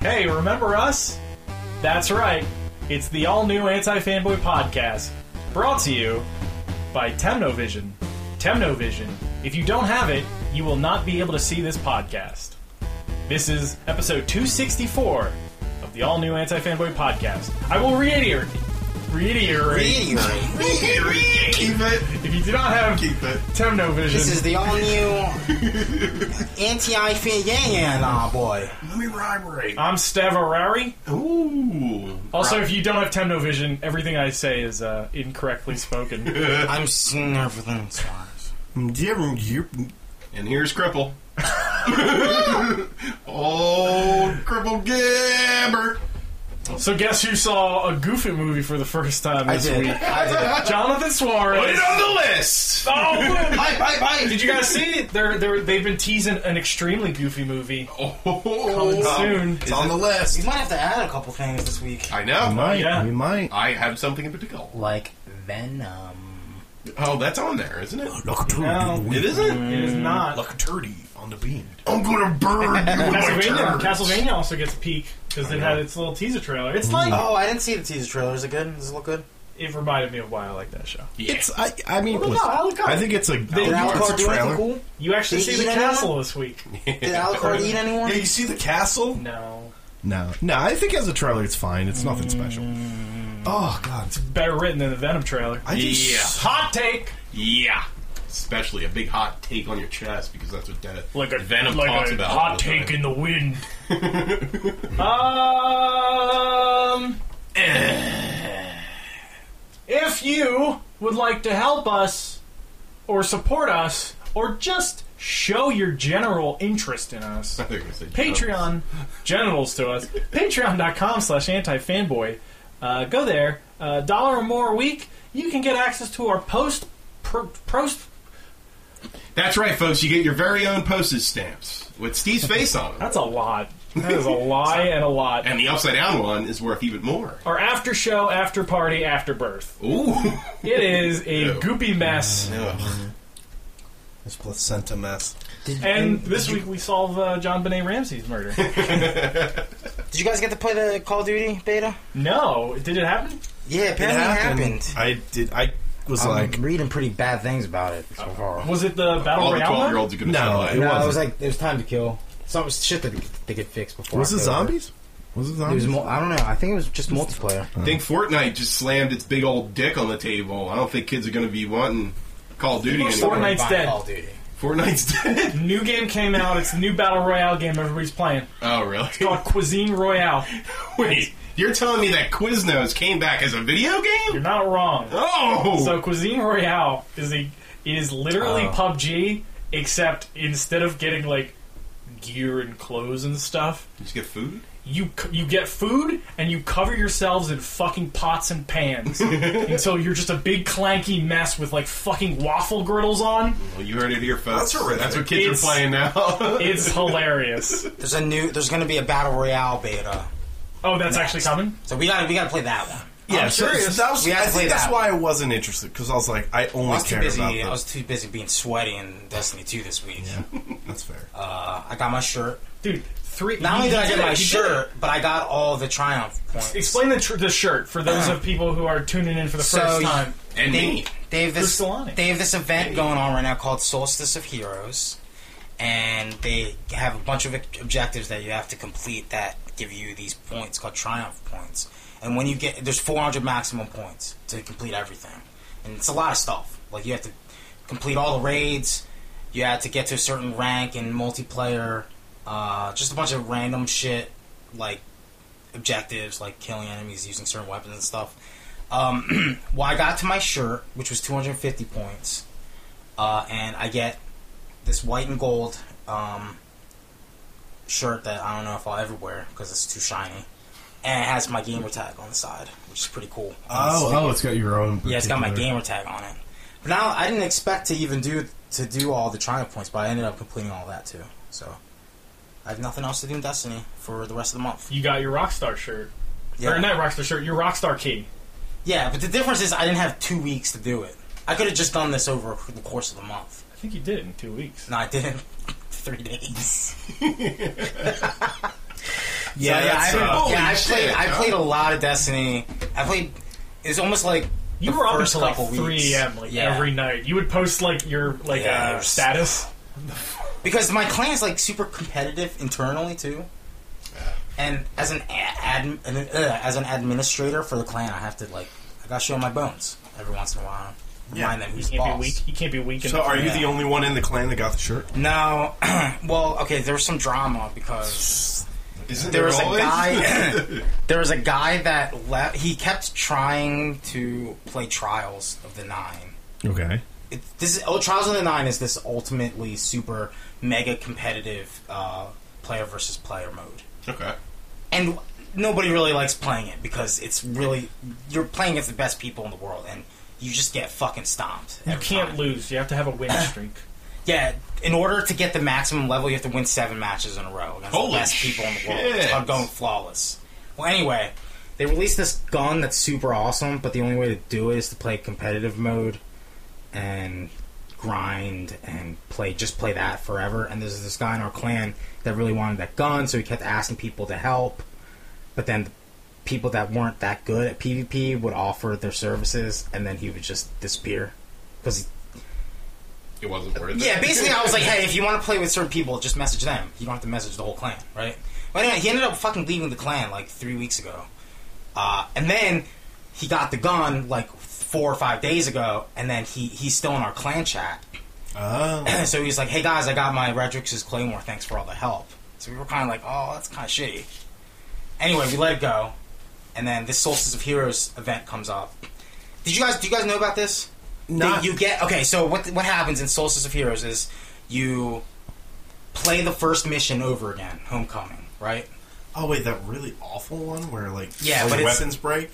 hey, remember us? That's right. It's the all new Anti Fanboy Podcast, brought to you by Temnovision. Temnovision. If you don't have it, you will not be able to see this podcast. This is episode 264 of the all new Anti Fanboy Podcast. I will reiterate. Reiterate. Reiterate. Keep it. If you do not have Keep it. Temnovision, This is the all new anti fan yeah yeah nah boy. Let me rhyme I'm Stavarari. Ooh. Also, if you don't have Temnovision, everything I say is uh, incorrectly spoken. I'm seeing everything Suarez. And here's Cripple. oh, Cripple Gabber. so, guess who saw a Goofy movie for the first time I this did. week? I did. Jonathan Put Suarez. it on the list. Oh, Hi, hi, hi. did you guys see it? They're, they're, they've been teasing an extremely goofy movie. Oh, soon. It's on the You list. might have to add a couple things this week, I know. might. yeah. We might. I have something in particular. like Venom. Oh, that's on there, isn't it? Look dirty. No. It isn't? It is not. Look dirty on the beam. I'm going to burn you with Oh, my Castlevania, turds. Castlevania also gets a peek because it had its little teaser trailer. It's like Oh, I didn't see the teaser trailer. Is it good? Does it look good? it reminded me of why I like that show. Yeah. It's. I. I mean, Well, no, listen, I look up. I think it's a. Did it's a Alucard do anything trailer. cool? You actually Did see you the eat anyone? castle this week. Did Alucard eat anyone? Yeah, you see the castle? No, No, no. I think as a trailer, it's fine. It's nothing special. Oh God, it's- better written than the Venom trailer. I just. Yeah. Hot take. Yeah. Especially a big hot take on your chest because that's what that like a Venom like talks a about. all hot the take time. in the wind. um, eh. if you would like to help us, or support us, or just show your general interest in us, I thought you were gonna say Patreon genitals to us. Patreon.com slash antifanboy. Uh, go there. Uh, dollar or more a week. You can get access to our post. Pro, post That's right, folks. You get your very own postage stamps with Steve's face on them. that's a lot. That is a lie and a lot. And the upside down one is worth even more. Our after show, after party, after birth. Ooh. It is a goopy mess. Ugh. This placenta mess. Did, And this week we solve uh, John Benet Ramsey's murder. did you guys get to play the Call of Duty beta? no, did it happen? Yeah, apparently it happened. I did. I was like, I'm reading pretty bad things about it so far. Was it the battle All the royale? 12 year one? olds are going to No, die. it no, it was wasn't. like it was time to kill. Some shit that they could, they could fix before. was it October. zombies? Was it It was zombies? mo- I don't know. I think it was just multiplayer. I think Fortnite just slammed its big old dick on the table. I don't think kids are going to be wanting Call of Duty Fortnite- anymore. Fortnite's Buy dead. Call of Duty. Fortnite's dead. New game came out. It's a new battle royale game everybody's playing. Oh, really? Called Cuisine Royale. Wait, you're telling me that Quiznos came back as a video You're game? not wrong. Oh! So Cuisine Royale is a is literally PUBG, except instead of getting like gear and clothes and stuff, Did you get food? you c- you get food and you cover yourselves in fucking pots and pans until you're just a big clanky mess with like fucking waffle griddles on. Well, you heard it here, folks. That's horrific. That's what kids It's- are playing now. It's hilarious. There's a new. There's going to be a battle royale beta. Oh, that's actually coming. So we got to we got to play that one. yeah, I'm so- curious. so that was, We had I to play think that's that. why I wasn't interested because I was like, I only I was too care busy. uh, about. I the- was too busy being sweaty in Destiny 2 this week. That's fair. Uh, I got my shirt. Dude, three. Not only you did I get it, my you did it. shirt, but I got all the triumph points. Explain the, tr- the shirt for those of people who are tuning in for the Uh-huh. So first you- time. and me. They have this. Who's Solani? They have this event going on right now called Solstice of Heroes, and they have a bunch of ob- objectives that you have to complete that give you these points called Triumph points. And when you get, there's 400 maximum points to complete everything, and it's a lot of stuff. Like you have to complete all the raids. You have to get to a certain rank in multiplayer. Uh, just a bunch of random shit like objectives, like killing enemies using certain weapons and stuff. Um, well, I got to my shirt, which was 250 points, uh, and I get this white and gold um, shirt that I don't know if I'll ever wear because it's too shiny, and it has my gamer tag on the side, which is pretty cool. Uh, Oh, oh, it's got your own. yeah, it's got my particular- gamer tag on it. But now I didn't expect to even do to do all the triumph points, but I ended up completing all that too. So I have nothing else to do in Destiny for the rest of the month. You got your Rockstar shirt. Yeah. Or not Rockstar shirt, your Rockstar key. Yeah, but the difference is I didn't have two weeks to do it. I could have just done this over the course of the month. I think you did it in two weeks. No, I didn't. Three days. Yeah, So yeah, that's, I, uh, remember- yeah, holy I played. shit, I huh? played a lot of Destiny. I played. It's almost like You the were up first until like couple 3 weeks. a.m. like Yeah. every night. You would post like your like uh, Yes. status. because my clan's like super competitive internally too. And as an ad, admin- uh, as an administrator for the clan, I have to like I gotta show my bones every once in a while. Remind them who's You can't be boss. weak. You can't be weak. In So the are you Yeah. the only one in the clan that got the shirt? No, well, okay. There was some drama because Isn't there was a always? guy. there was a guy that left. He kept trying to play Trials of the Nine. Okay. It, this is oh, Trials of the Nine is this ultimately super mega competitive uh, player versus player mode, okay. and nobody really likes playing it because it's really you're playing against the best people in the world, and you just get fucking stomped. You every can't time. lose. You have to have a win streak. Yeah, in order to get the maximum level, you have to win seven matches in a row against Holy the best people in the world. It's shit. called going flawless. Well, anyway, they released this gun that's super awesome, but the only way to do it is to play competitive mode and grind and play just play that forever. And there's this guy in our clan that really wanted that gun, so he kept asking people to help. But then the people that weren't that good at PvP would offer their services, and then he would just disappear because he It wasn't worth it. yeah, basically, I was like, hey, if you want to play with certain people, just message them. You don't have to message the whole clan, right? But anyway, he ended up fucking leaving the clan like three weeks ago. Uh, and then he got the gun like four or five days ago, and then he, he's still in our clan chat. Oh. so he's like, hey guys, I got my Redrix's Claymore. Thanks for all the help. So we were kind of like, oh, that's kind of shitty. Anyway, we let it go. And then this Solstice of Heroes event comes up. Did you guys do you guys know about this? Not- That you get okay. So what what happens in Solstice of Heroes is you play the first mission over again, Homecoming, right? Oh wait, that really awful one where like Yeah, all but your it's- weapons break.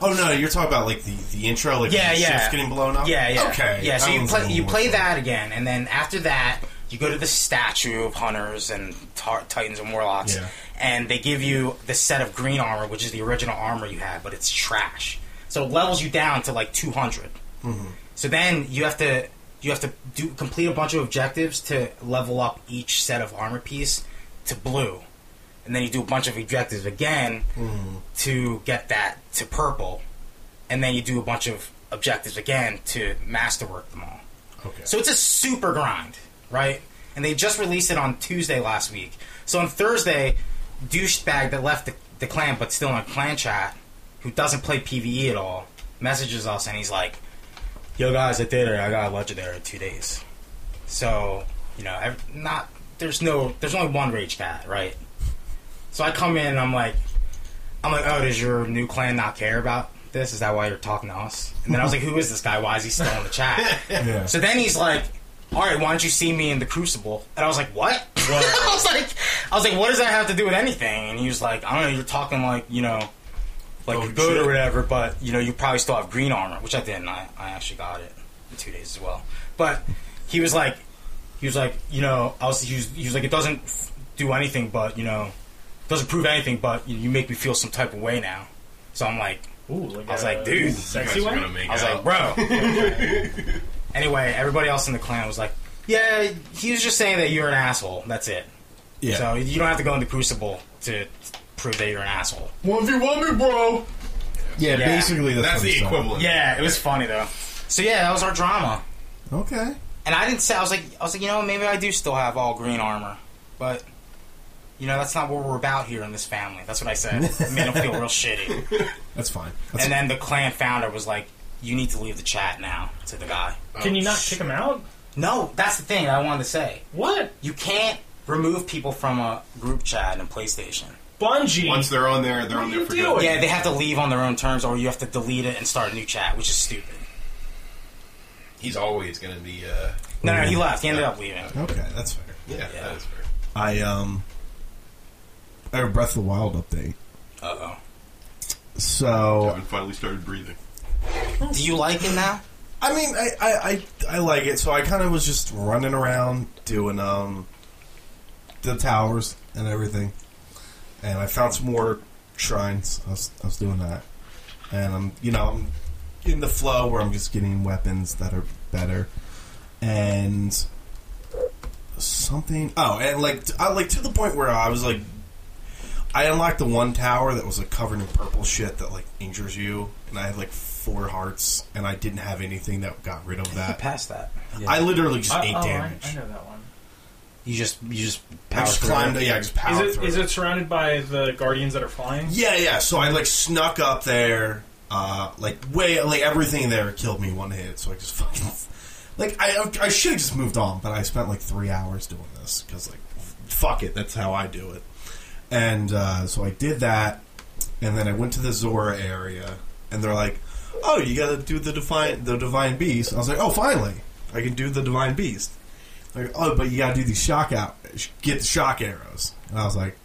Oh no, you're talking about like the, the intro, like Yeah, the yeah. ship's getting blown up. Yeah, yeah. Oh. Okay, Yeah, so that you one's a play little you more play fun. that again, and then after that, you go to the statue of hunters and tar- titans and warlocks, Yeah. and they give you the set of green armor, which is the original armor you had, but it's trash. So it levels you down to like two So then you have to you have to do complete a bunch of objectives to level up each set of armor piece to blue, and then you do a bunch of objectives again to get that to purple, and then you do a bunch of objectives again to masterwork them all. Okay. So it's a super grind, right? And they just released it on Tuesday last week. So on Thursday, douchebag that left the, the clan but still in a clan chat, who doesn't play PVE at all, messages us and he's like, "Yo guys, I did it. I got a legendary in two days." So you know, ev- not there's no there's only one rage cat, right? So I come in and I'm like, I'm like, oh, does your new clan not care about this? Is that why you're talking to us? And then I was like, who is this guy? Why is he still in the chat? Yeah. So then he's like, "All right, why don't you see me in the Crucible?" And I was like, "What?" I was like, "I was like, what does that have to do with anything?" And he was like, "I don't know. You're talking like you know, like Oh, a good shit. or whatever, but you know, you probably still have green armor, which I didn't. I, I actually got it in two days as well. But he was like, he was like, you know, I was he was, he was like, it doesn't f- do anything, but you know, it doesn't prove anything, but you, you make me feel some type of way now. So I'm like, Ooh, like I was a like, dude, You guys sexy are one. gonna make I was out. like, bro. anyway, everybody else in the clan was like, yeah, he was just saying that you're an asshole. That's it. yeah. So you don't have to go into Crucible to prove that you're an asshole. one v one me, bro. yeah. yeah, basically that's, That's what the it's like. equivalent. Yeah, it was funny though. So yeah, that was our drama. Okay. And I didn't say I was like I was like, you know, maybe I do still have all green armor. But you know, that's not what we're about here in this family. That's what I said. It made him feel real shitty. That's fine. That's And then the clan founder was like, You need to leave the chat now to the guy. Can you not kick him out? No, that's the thing I wanted to say. What? You can't remove people from a group chat in PlayStation. Bungee. Once they're on there, they're What on are there you for doing? good. Yeah, they have to leave on their own terms, or you have to delete it and start a new chat, which is stupid. He's always gonna be. Uh, No, no, he left. He ended up leaving. okay, that's fair. yeah, Yeah. that is fair. I um I have a Breath of the Wild update. Uh So Kevin finally started breathing. oh. Do you like it now? I mean, I, I, I, I like it. So I kind of was just running around doing um the towers and everything, and I found some more shrines. I was, I was doing that, and I'm you know I'm in the flow where I'm just getting weapons that are better, and something. Oh, and like t- I like to the point where I was like I unlocked the one tower that was like covered in purple shit that like injures you, and I had like four hearts, and I didn't have anything that got rid of that. Past that, yeah. I literally just I- ate oh, I- damage. I, I, know that one. you just you just power just through climbed. it. Yeah, I just powered Is it through. is it surrounded by the guardians that are flying? Yeah, yeah. So I like snuck up there, uh, like way, like everything there killed me one hit. So I just fucking, like I, I should have just moved on, but I spent like three hours doing this because like, fuck it, that's how I do it. And uh, so I did that, and then I went to the Zora area, and they're like, "Oh, you got to do the divine, the divine beast." I was like, "Oh, finally, I can do the divine beast." Like, oh, but you got to do these shock out, get the shock arrows. And I was like.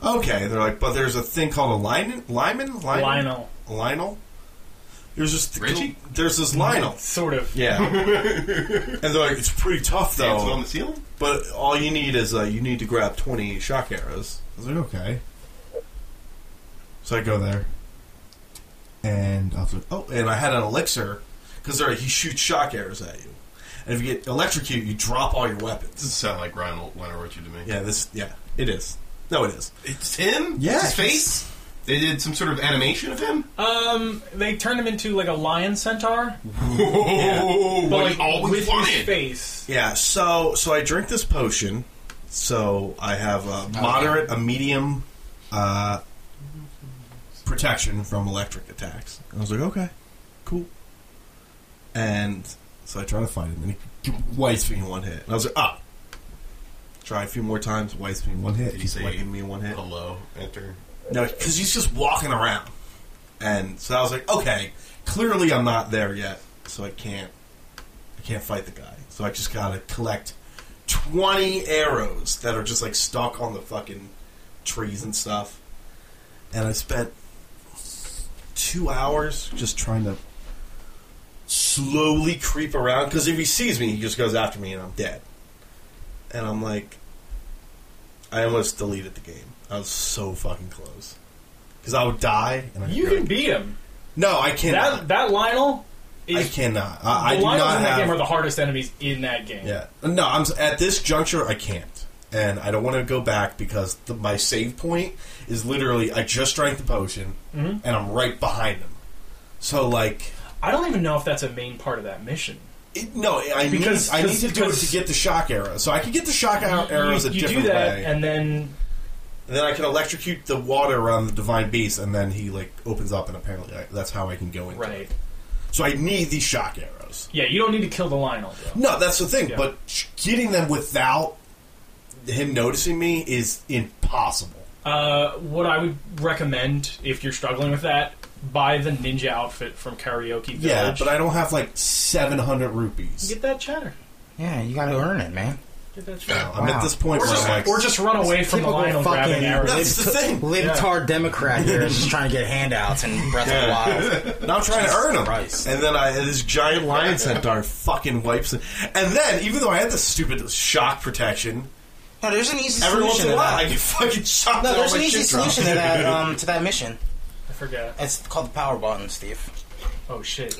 Okay, they're like, but there's a thing called a Lyman, Lyman, Lyman, Lionel, Lionel. There's just Richie? There's this Lionel. sort of. Yeah, and they're like, it's pretty tough Dancing on though. the ceiling? But all you need is uh, you need to grab twenty shock arrows. I was like, okay. So I go there, and I was like, oh, and I had an elixir because they're like, he shoots shock arrows at you, and if you get electrocute, you drop all your Doesn't weapons. sound like Ryan Lenorochi to me. Yeah, this. Yeah, it is. No, it is. It's him? Yeah, It's his it's- face? They did some sort of animation of him? Um, they turned him into like a lion centaur, Oh, but Whoa, what like he always with his wanted. face. Yeah, so so I drink this potion. So I have a moderate, a medium uh, protection from electric attacks. I was like, okay, cool. And so I try to fight him, and he wipes me in one hit. And I was like, ah. Try a few more times, wipes me in one hit. Did he He's say- wiping me in one hit. Hello, enter. No, because he's just walking around. And so I was like, okay, clearly I'm not there yet, so I can't, I can't fight the guy. So I just gotta collect twenty arrows that are just like stuck on the fucking trees and stuff. And I spent two hours just trying to slowly creep around because if he sees me, he just goes after me and I'm dead. And I'm like, I almost deleted the game. I was so fucking close because I would die. And I You can beat him. no, I cannot. That that Lionel I is. cannot. I, I the do Lionels not in that have. game are the hardest enemies in that game. yeah, no. I'm s- at this juncture. I can't, and I don't want to go back because the, my save point is literally I just drank the potion Mhm. and I'm right behind him. So like, I don't even know if that's a main part of that mission. it, no, I Because- need, I need to do it because- to get the shock arrow. So I can get the shock ar- arrows you, a you different do that, way, and then and then I can electrocute the water around the divine beast, and then he like opens up, and apparently I, that's how I can go into right. it. So I need these shock arrows. Yeah, you don't need to kill the Lionel. Though. No, that's the thing. Yeah. But sh- getting them without him noticing me is impossible. Uh, what I would recommend if you're struggling with that, buy the ninja outfit from Karaoke Village. Yeah, but I don't have like seven hundred rupees. get that chatter. Yeah, you got to earn it, man. Get that chatter. I'm Wow. at this point Or where just, I'm like, or just run away from the Typical Lionel grabbing fucking- arrows. that's the thing. Libtard Democrat here is just trying to get handouts and Breath of the Wild. And I'm trying to earn them. Christ. And then I and this giant lion centaur fucking wipes it. And then, even though I had this stupid shock protection, No, there's an easy every once solution in a to while I that. get fucking shot. No, and all there's my an easy shit drops. solution to that um, to that mission. I forget. It's called the power button, Steve. Oh shit!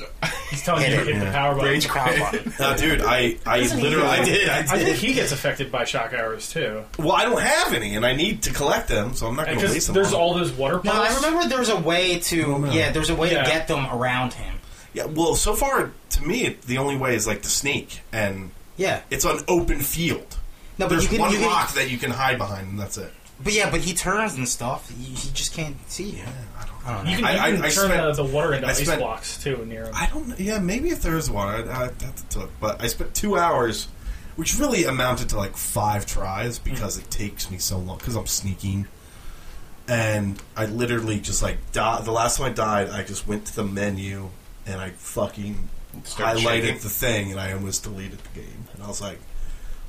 He's telling me Hit to it. hit the power button. It's the power button. No, dude, I, I Doesn't he literally do I that? did. I I did. think he gets affected by shock arrows too, well, I don't have any, and I need to collect them, so I'm not going to because waste them. there's on- all those water No, pumps. I remember there was a way to yeah, there's a way Yeah. to get them around him. Yeah, well, so far to me, it- the only way is like to sneak, and Yeah, it's an open field. No, but there's you can- one you can- rock that you can hide behind, and that's it. but yeah, but he turns and stuff. You, he just can't see you. I don't. I don't know. You can, I- you can I- I turn spent- uh, the water into I ice spent- blocks too near him. I don't. kn- Yeah, maybe if there's one, I'd, I'd have to look. But I spent two hours, which really amounted to like five tries because it takes me so long because I'm sneaking, and I literally just like di- the last time I died, I just went to the menu and I fucking Started highlighted shaking. the thing, and I almost deleted the game, and I was like,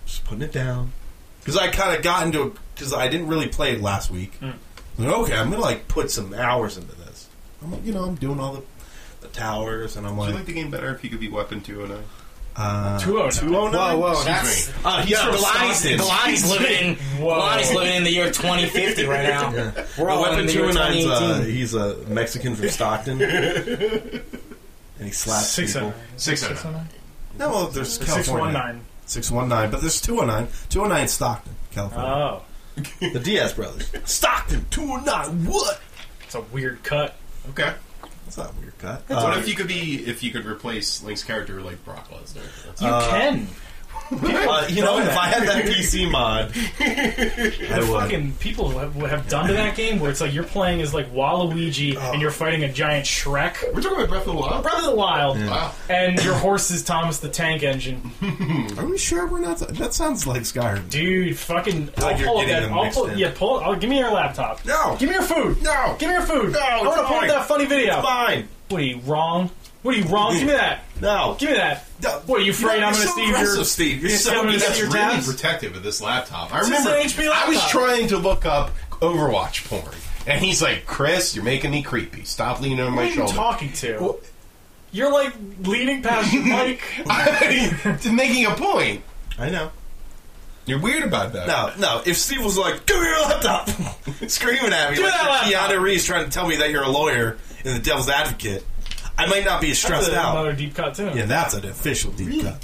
just putting it down because I kind of got into because I didn't really play it last week. Like, okay, I'm gonna like put some hours into this. I'm like, you know, I'm doing all the the towers, and I'm Do like, you like the game better if you could be Weapon 209? uh, 209. 209? Whoa, whoa, Excuse that's me. Uh, he's from Stockton. Galati's living in Whoa. Galati's living in the year 2050 right now. We're The all in weapon the year 209's, uh, 2018. he's a Mexican from Stockton, and he slaps people. 609. 609. No, well, there's oh California. 619. 619, but there's 209. 209 's Stockton, California. Oh. The Diaz brothers. Stockton, 209, what? It's a weird cut. Okay. That's not a weird cut. Uh, what Uh, if you could be if you could replace Link's character with like Brock Lesnar? That's- You can. Uh, you know, if I had that PC mod, I The would. fucking people have, have done to that game where it's like you're playing as like Waluigi Oh. and you're fighting a giant Shrek. We're talking about Breath of the Wild. Breath of the Wild. Wow. And your horse is Thomas the Tank Engine. Are we sure we're not? That sounds like Skyrim. Dude, fucking. I'll Like you're pull getting that. them I'll mixed pull. in. Yeah, pull. I'll, give me your laptop. No. Give me your food. No. Give me your food. No, I it's want to pull up mine. that funny video. Fine. What are you wrong? What are you wrong? Give me that. No. Give me that. No. What are you afraid You're I'm going to so see your? aggressive, Steve. You're you so- see I'm gonna That's see your really tabs? protective of this laptop. I is remember an HP I was laptop. trying to look up Overwatch porn, and he's like, "Chris, you're making me creepy. Stop leaning on Who my are you shoulder." talking to? You're like leaning past your mic. I mean, making a point. I know. You're weird about that. No, no. If Steve was like, "Give me your laptop," screaming at me Give me like that you're laptop. Keanu Reeves trying to tell me that you're a lawyer and the devil's advocate, I might not be as That's stressed out. another deep cut too. Yeah, that's an official deep cut.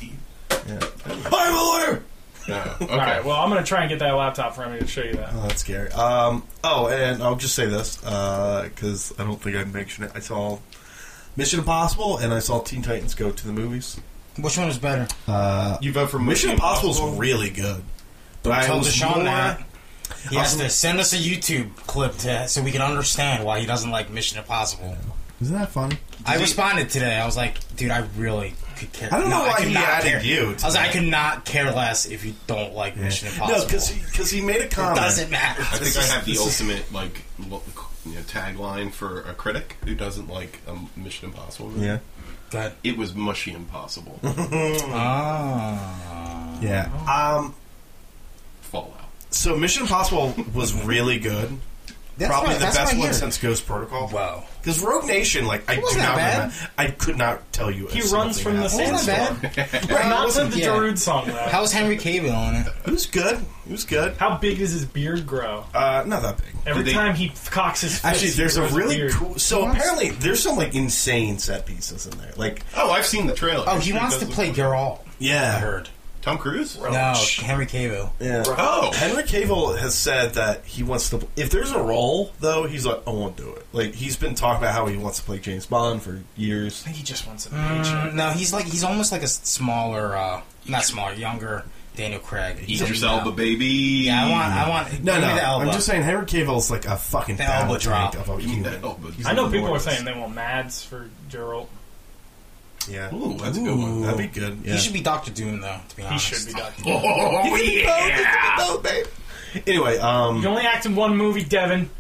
Yeah. I'm a lawyer. No. Okay. All right. Well, I'm going to try and get that laptop for me to show you that. Oh, that's scary. Um, oh, and I'll just say this because I don't think I mentioned it. I saw Mission Impossible and I saw Teen Titans Go to the movies. Which one is better? Uh, you vote for Mission Impossible is really good, but I Tell was Deshaun more- that. He I has was- to send us a YouTube clip to, so we can understand why he doesn't like Mission Impossible. Isn't that funny? I responded today. I was like, dude, I really could care. I don't know I why could he not added care. you to I was like, I that. could not care less if you don't like Mission Impossible. No, because because he, made a comment. doesn't matter. I think I have the ultimate like lo- you know, tagline for a critic who doesn't like um, Mission Impossible. movie. Yeah, Good. It was mushy impossible. Ah. yeah. Um, Fallout. so Mission Impossible was really good. That's Probably what- the that's best what I one hear. since Ghost Protocol. Wow. Because Rogue Nation, like I do wasn't not, that remember, I could not tell you. a He single runs thing from the that happened. Wasn't sand. that bad? Right, it Not to wasn't- the yeah. Darude song though. How was Henry Cavill on it? It was good. It was good. How big does his beard grow? Uh, not that big. Every Did they- time he f- cocks his fist, Actually, he there's a grows really beard. cool. So apparently, there's some like insane set pieces in there. Like, Oh, I've seen the trailer. Oh, he It wants does to look play fun. Geralt. I yeah, heard. Tom Cruise. No, Henry Cavill. yeah. Oh. Henry Cavill has said that he wants to. If there's a role, though, he's like, I won't do it. Like, he's been talking about how he wants to play James Bond for years. I think he just wants a Mm, paycheck. no, he's like he's almost like a s- smaller, uh, not smaller, younger Daniel Craig. He's Idris a- Elba, baby. Yeah, I want, I want. No, give no. me the Elba. I'm just saying Henry Cavill's like a fucking The battle elbow tank drop. of a You mean human. that Oh, elbow? He's I know people are enormous. saying they want Mads for Geralt. yeah, Ooh, that's a good one. that'd be good. Yeah. He should be Doctor Doom, though. To be He honest, should be done. Oh, yeah. Oh, babe. Anyway, um, You only act in one movie, Devin.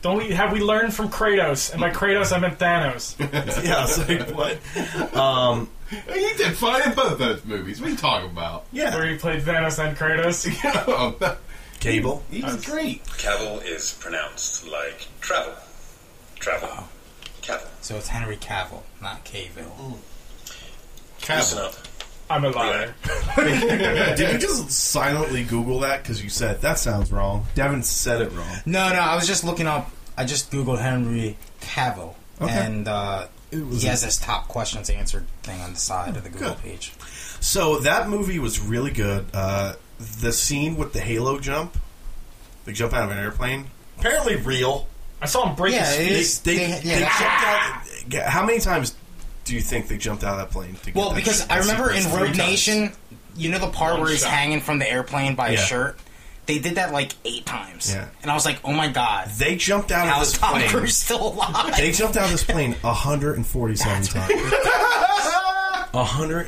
Don't we, have we learned from Kratos? And by Kratos, I meant Thanos. yeah, it's like what? Um, He did fine in both those movies. What are you talking about? Where yeah, he played Thanos and Kratos. Cable. He's great. Cavill is pronounced like travel. Travel. Cavill. So it's Henry Cavill, not Cavill. Listen up. I'm a liar. Did you just silently Google that because you said that sounds wrong? Devin said it wrong. No, no. I was just looking up. I just googled Henry Cavill, Okay. and uh, It was he has this top questions answered thing on the side of the Google Good. page. So that movie was really good. Uh, the scene with the Halo jump, the jump out of an airplane, apparently real. I saw him break Yeah, his. it They, is. they, they- yeah, they that's- jumped out. How many times do you think they jumped out of that plane? To get Well, that because sh- I remember sequence? in Three Rogue times. Nation, you know the part One where he's shot. hanging from the airplane by his Yeah. shirt. They did that like eight times, Yeah. and I was like, "Oh my god, they jumped out how of is this Tom plane. Cruise still alive?" They jumped out of this plane 147 times. 147 You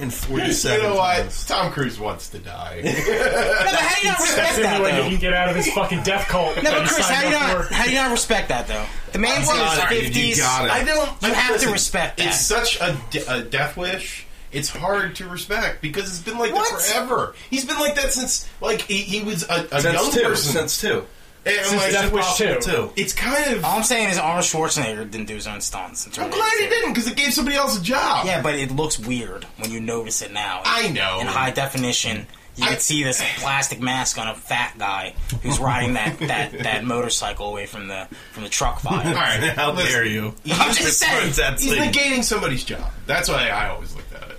know what? times. Tom Cruise wants to die. no, but how do you not That's respect the that only way though? he can get out of his fucking death cult. No, that but he Chris, signed how do you up not for. how do you not respect that though? The man's in his Sorry, dude, you fifties. got it. I don't. You I- have listen, to respect that. It's such a, de- a death wish. It's hard to respect because it's been like What? that forever. He's been like that since like he, he was a, a young person. two. And I'm Since like, Death Wish Impossible. two. Two. It's kind of. All I'm saying is Arnold Schwarzenegger didn't do his own stunts. It's I'm really- glad he didn't because it gave somebody else a job. Yeah, but it looks weird when you notice it now. I know. In high definition, you I- can see this plastic mask on a fat guy who's riding that, that, that motorcycle away from the from the truck fire. All right. How listen. dare you? I'm just saying. That's He's like- negating somebody's job. That's why I always looked at it.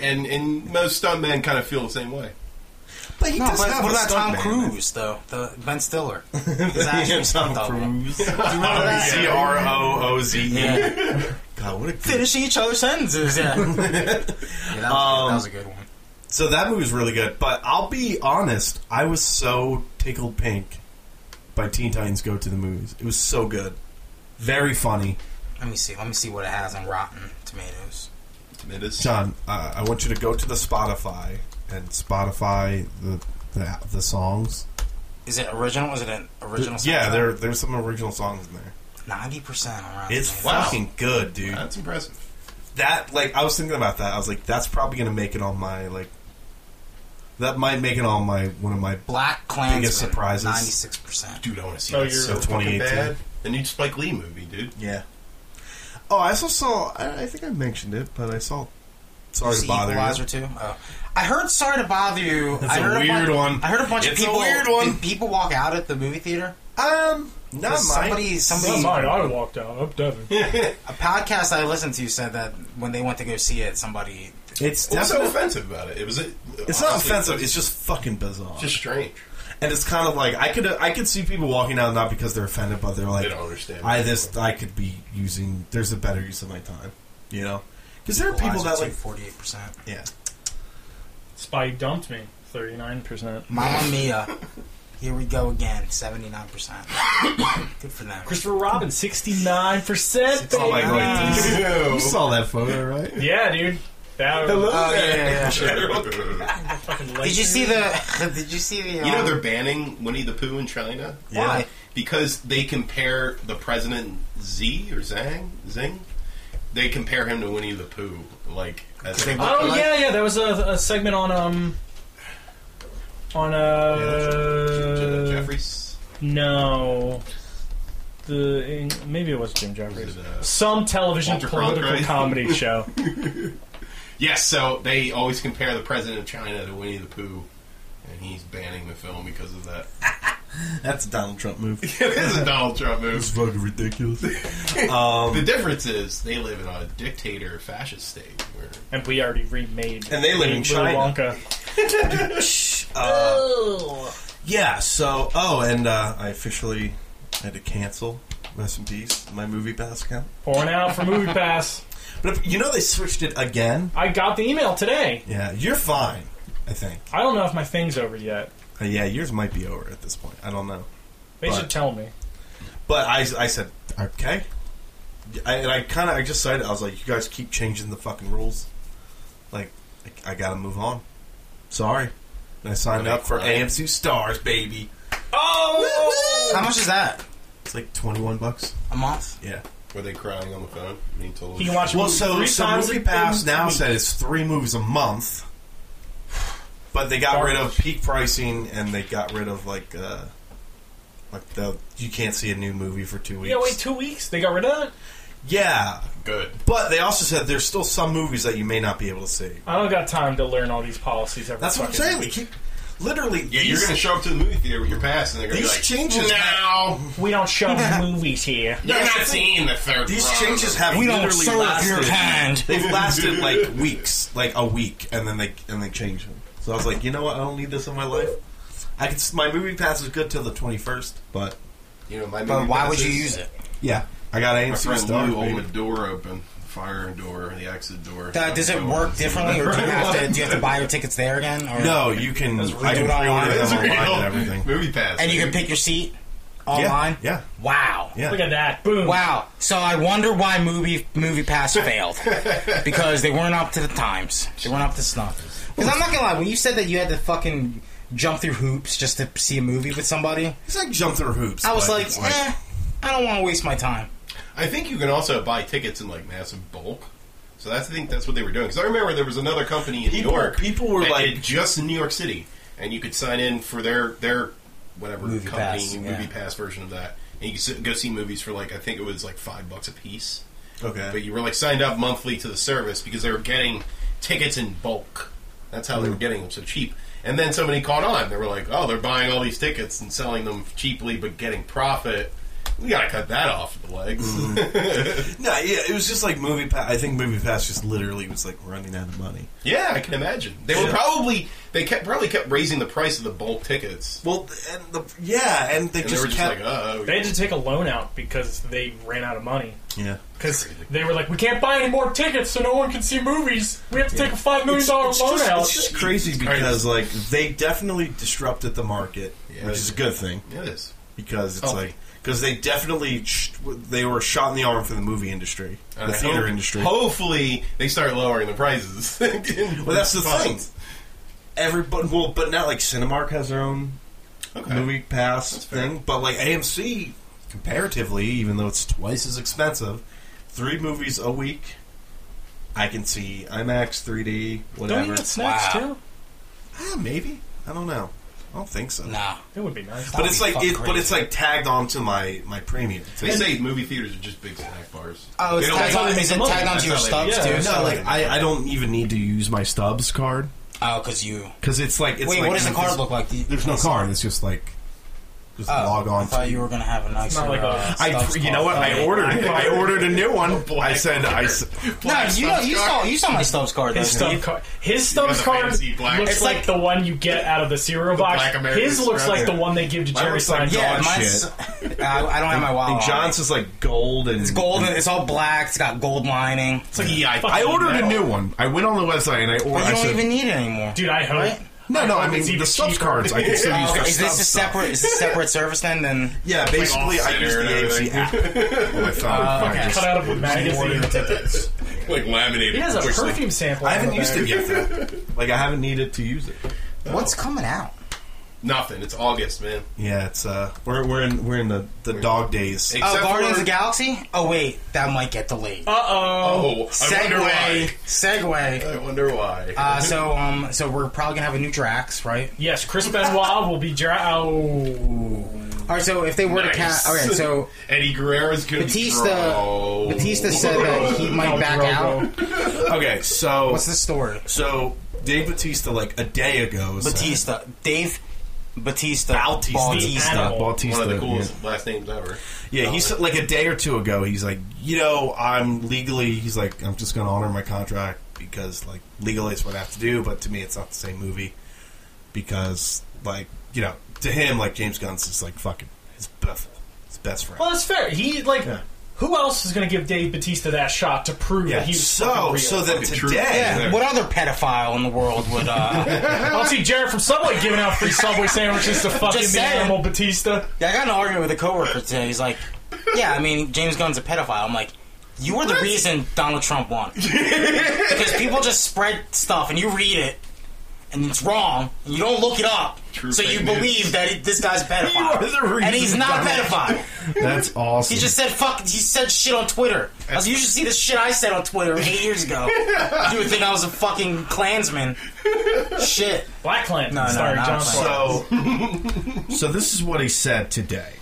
And and most stuntmen kind of feel the same way. But he No, does but have what a about stunt Tom man. Cruise though? The Ben Stiller, his actual stunt double. Oh, C R O O Z E. Yeah. God, what a good Finishing each other's sentences. Yeah, yeah that, was, Um, that was a good one. So that movie's really good, but I'll be honest, I was so tickled pink by Teen Titans Go to the Movies. It was so good. Very funny. Let me see. Let me see what it has on Rotten Tomatoes. Tomatoes. John, uh, I want you to go to the Spotify and Spotify the the, the songs. Is it original? Is it an original? yeah, there there's some original songs in there. ninety percent on Rotten. It's Tomatoes. Wow. fucking good, dude. That's impressive. That like I was thinking about that. I was like that's probably going to make it on my like that might make it on my one of my Black Klansman. Biggest surprises. Ninety-six percent. Dude, I want to see Oh, that you're- so fucking 2018. bad. The new Spike Lee movie, dude. Yeah. Oh, I also saw. I, I think I mentioned it, but I saw. Sorry to bother Equalizer you. too. Oh. I heard "Sorry to Bother You." That's I a heard weird bunch, one. I heard a bunch It's a of people. weird one. Did people walk out at the movie theater? Um, not mine. Because somebody, somebody, Not mine. I walked out. I'm Devin. a podcast I listened to said that when they went to go see it, somebody. It's What's so definitely. offensive about it? It was. It, it's not offensive. It's just fucking bizarre. just strange. and it's kind of like I could I could see people walking out not because they're offended, but they're like, They don't understand. I this I could be using. There's a better use of my time, you know. Because there are people that like, forty-eight percent. yeah. Spy dumped me. Thirty-nine percent. Mamma Mia. Here we go again. Seventy-nine percent. Good for them. Christopher Robin, sixty-nine percent. Oh my god, Nice. you, you saw that photo, right? Yeah, dude. That Oh yeah, yeah, yeah. you fucking Did you see the? Did you see the? Um, know they're banning Winnie the Pooh in China why? because they compare the president Z or Zhang Zing. They compare him to Winnie the Pooh, like as They- a, Oh Like- yeah, yeah. There was a, a segment on um on uh Jeffries. no the in, maybe it was Jim Jeffries. Was it, uh, Some television Walter political Cronkite? comedy show. Yes, so they always compare the president of China to Winnie the Pooh, and he's banning the film because of that. That's a Donald Trump move. it is a Donald Trump It's move. fucking ridiculous. um, The difference is they live in a dictator fascist state. Where And we already remade. And they live Willy in China. Wonka. Uh, Yeah, so oh, and uh, I officially had to cancel rest in peace my movie pass account. Pouring out for Movie Pass. But if, you know they switched it again. I got the email today. Yeah, you're fine. I think. I don't know if my thing's over yet. Uh, yeah, yours might be over at this point. I don't know. They But- should tell me. But I, I said okay, I, and I kind of I just said I was like, you guys keep changing the fucking rules. Like, I, I gotta move on. Sorry. And I signed up for AMC Stars, baby. Oh, How much is that? It's like twenty one bucks. A month? Yeah. were they crying on the phone? Being told You can watch Well, movies so, three so times Movie a- Pass a now week. said it's three movies a month, but they got rid of peak pricing and they got rid of like uh, like the you can't see a new movie for two weeks. Yeah, wait, two weeks. They got rid of it. Yeah, good. but they also said there's still some movies that you may not be able to see. I don't got time to learn all these policies. Every That's what I'm fucking- saying. We keep literally. Yeah, you're these- going to show up to the movie theater with your pass, and they're going to be These like, changes- No, We don't show movies here. you're not seeing the third. These round." changes have We don't literally serve lasted. your kind. They've lasted like weeks, like a week, and then they and they changed them. So I was like, you know what? I don't need this in my life. I can. My movie pass is good till the twenty first, but You know, my But movie why would you passes- use it? yeah, I got My AMC friend Star. Lou owned baby. the door open, fire door, the exit door. Uh, does it work differently, or do you have to do you have to buy your tickets there again? Or, No, you can. I can real. pre-order That's them online and Real everything. movie pass, and you can dude. pick your seat online. yeah. Wow. Yeah. Look at that. Boom. Wow. So I wonder why movie movie pass failed because they weren't up to the times. They weren't up to snuff. Because I'm not gonna lie, when you said that you had to fucking jump through hoops just to see a movie with somebody, It's like jump through hoops. I was but like, it's eh, I don't want to waste my time. I think you can also buy tickets in like massive bulk. So that's, I think that's what they were doing. Because I remember there was another company in People- New York. people were that like- did just in New York City, and you could sign in for their their whatever Movie company pass, movie yeah. pass version of that, and you could sit, go see movies for like I think it was like five bucks a piece. But okay. you were like signed up monthly to the service because they were getting tickets in bulk. That's how they Mm. were getting them so cheap. And then somebody caught on. They were like, "Oh, they're buying all these tickets and selling them cheaply, but getting profit." We gotta cut that off the legs. Mm. No, yeah, it was just like movie pass. I think movie pass just literally was like running out of money. yeah, I can imagine. They were Yeah. probably they kept probably kept raising the price of the bulk tickets. Well, and the yeah, and they And they just were just kept like, oh, They had to take a loan out because they ran out of money. yeah. Because they were like, we can't buy any more tickets, so no one can see movies. We have to take a five million dollar it's loan just, out. it's just crazy because like they definitely disrupted the market, Yeah, which is a good thing yeah, it is. because it's Oh. like because they definitely sh- they were shot in the arm for the movie industry, And the I theater hope- industry. Hopefully, they start lowering the prices. Well, that's the thing. Everybody, well, but not like Cinemark has their own Okay. movie pass That's fair. thing, but like AMC, comparatively, even though it's twice as expensive, three movies a week. I can see IMAX, 3D, Don't you whatever. get snacks Wow. too? Ah, maybe I don't know. I don't think so. Nah. It would be nice. But it's like, Fuck it, but crazy. it's like tagged onto my my premium. They say movie theaters are just big snack bars. Oh, it's They don't tagged like- on, is it money. tagged onto your That's how they- stubs, yeah, too? it's No, So, like I, I don't even need to use my Stubbs card oh, because you. because it's like it's Wait, like what does the card look like? Do you- There's no card. It's just like just Oh, log on. I to- thought you were gonna have a nicer. not like a- uh, I Stubbs you know card. what I Okay. ordered it. I ordered a new one. I said I s- No, you know, you saw you saw my Stubbs card. His though, stub dude. card. His got stub the card looks fancy black- It's like, like- the one you get out of the cereal box. black American His looks strap. like the one they give to Jerry looks like- Seinfeld. Yeah, dog mine's. I, I don't have my wallet. and on. John's is like gold and It's gold. and It's all black. It's got gold lining. It's like, yeah, I, Fuck. I ordered metal. a new one. I went on the website and I ordered. But you I don't said, even need it anymore. Dude, I hope. Right? no, no. I I thought mean it's even the subs cheaper. cards. I can still Oh, use okay. the Is this Stubbs a stuff. separate? Is this a separate service then? Then Yeah, basically I use Off-center the and AMC everything. app on my phone. I, Fucking just- cut out of a magazine. like laminated. He has a quickly. perfume sample. I in haven't the used bag. it yet. though. Like I haven't needed to use it. what's coming out? Nothing. It's August, man. Yeah, it's uh, we're we're in we're in the, the dog days. Oh, Guardians of for- the Galaxy. Oh wait, that might get delayed. Uh oh. Oh, I wonder Segway. why. Segway. I wonder why. Uh, so um, so we're probably gonna have a new Drax, right? Yes, Chris Benoit will be. Dra- oh. All right. So if they were to Nice. cast, all right. So Eddie Guerrero's gonna Batista- Draw. Batista said that he might Oh, back Drogo. out. Okay, so What's the story? so Dave Batista like a day ago was Batista, Dave Batista, Bautista. Animal. Bautista, One of the coolest yeah. last names ever. Yeah, he said like a day or two ago. He's like, you know, I'm legally. He's like, I'm just going to honor my contract because like legally it's what I have to do. But to me, it's not the same movie because like you know, to him like James Gunn's is like fucking his best, his best friend. Well, that's fair. He like. Yeah. Who else is going to give Dave Batista that shot to prove yeah. that he's fucking So real? so then Fucking true. today, Yeah. What other pedophile in the world would? Uh, I don't see Jared from Subway giving out free Subway sandwiches to fucking the saying. animal Batista. yeah, I got in an argument with a coworker today. He's like, "Yeah, I mean, James Gunn's a pedophile." I'm like, "You were the reason Donald Trump won because people just spread stuff and you read it." And it's wrong. And you don't look it up, True so you fake news. believe that it, this guy's a pedophile. are the reason and he's not a Donald- pedophile. that's awesome. He just said fuck. He said shit on Twitter. I was, you should see the shit I said on Twitter eight years ago. you would think I was a fucking Klansman. Shit. Black Clan. No, no, starring not John Black Cena. So, so this is what he said today.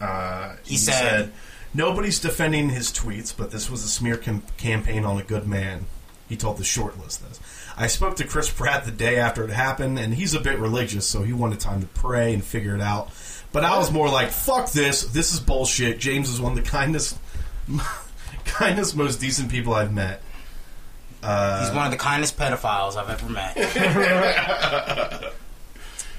Uh, he said- nobody's defending his tweets, but this was a smear cam- campaign on a good man. He told the short list this. I spoke to Chris Pratt the day after it happened, and he's a bit religious, so he wanted time to pray and figure it out. But I was more like, "Fuck this! This is bullshit." James is one of the kindest, kindest, most decent people I've met. He's one of the kindest pedophiles I've ever met.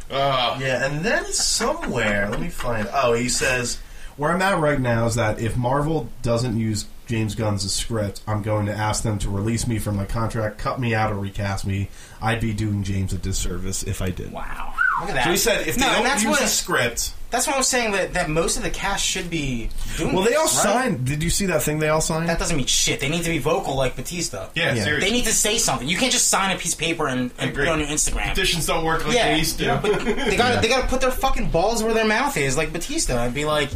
Yeah, and then somewhere, let me find. Oh, he says, "Where I'm at right now is that if Marvel doesn't use James Gunn's script, I'm going to ask them to release me from my contract, cut me out, or recast me. I'd be doing James a disservice if I did." Wow. Look at that. So he said, "If they no, and don't that's use what the script, that's what I'm saying that, that most of the cast should be doing. well, they all this, right? signed. Did you see that thing they all signed? That doesn't mean shit. They need to be vocal like Batista. Yeah, Yeah. seriously. They need to say something. You can't just sign a piece of paper and, and put agree. it on your Instagram. Petitions don't work like Yeah. they used to. But they got to they got to put their fucking balls where their mouth is, like Batista, and be like,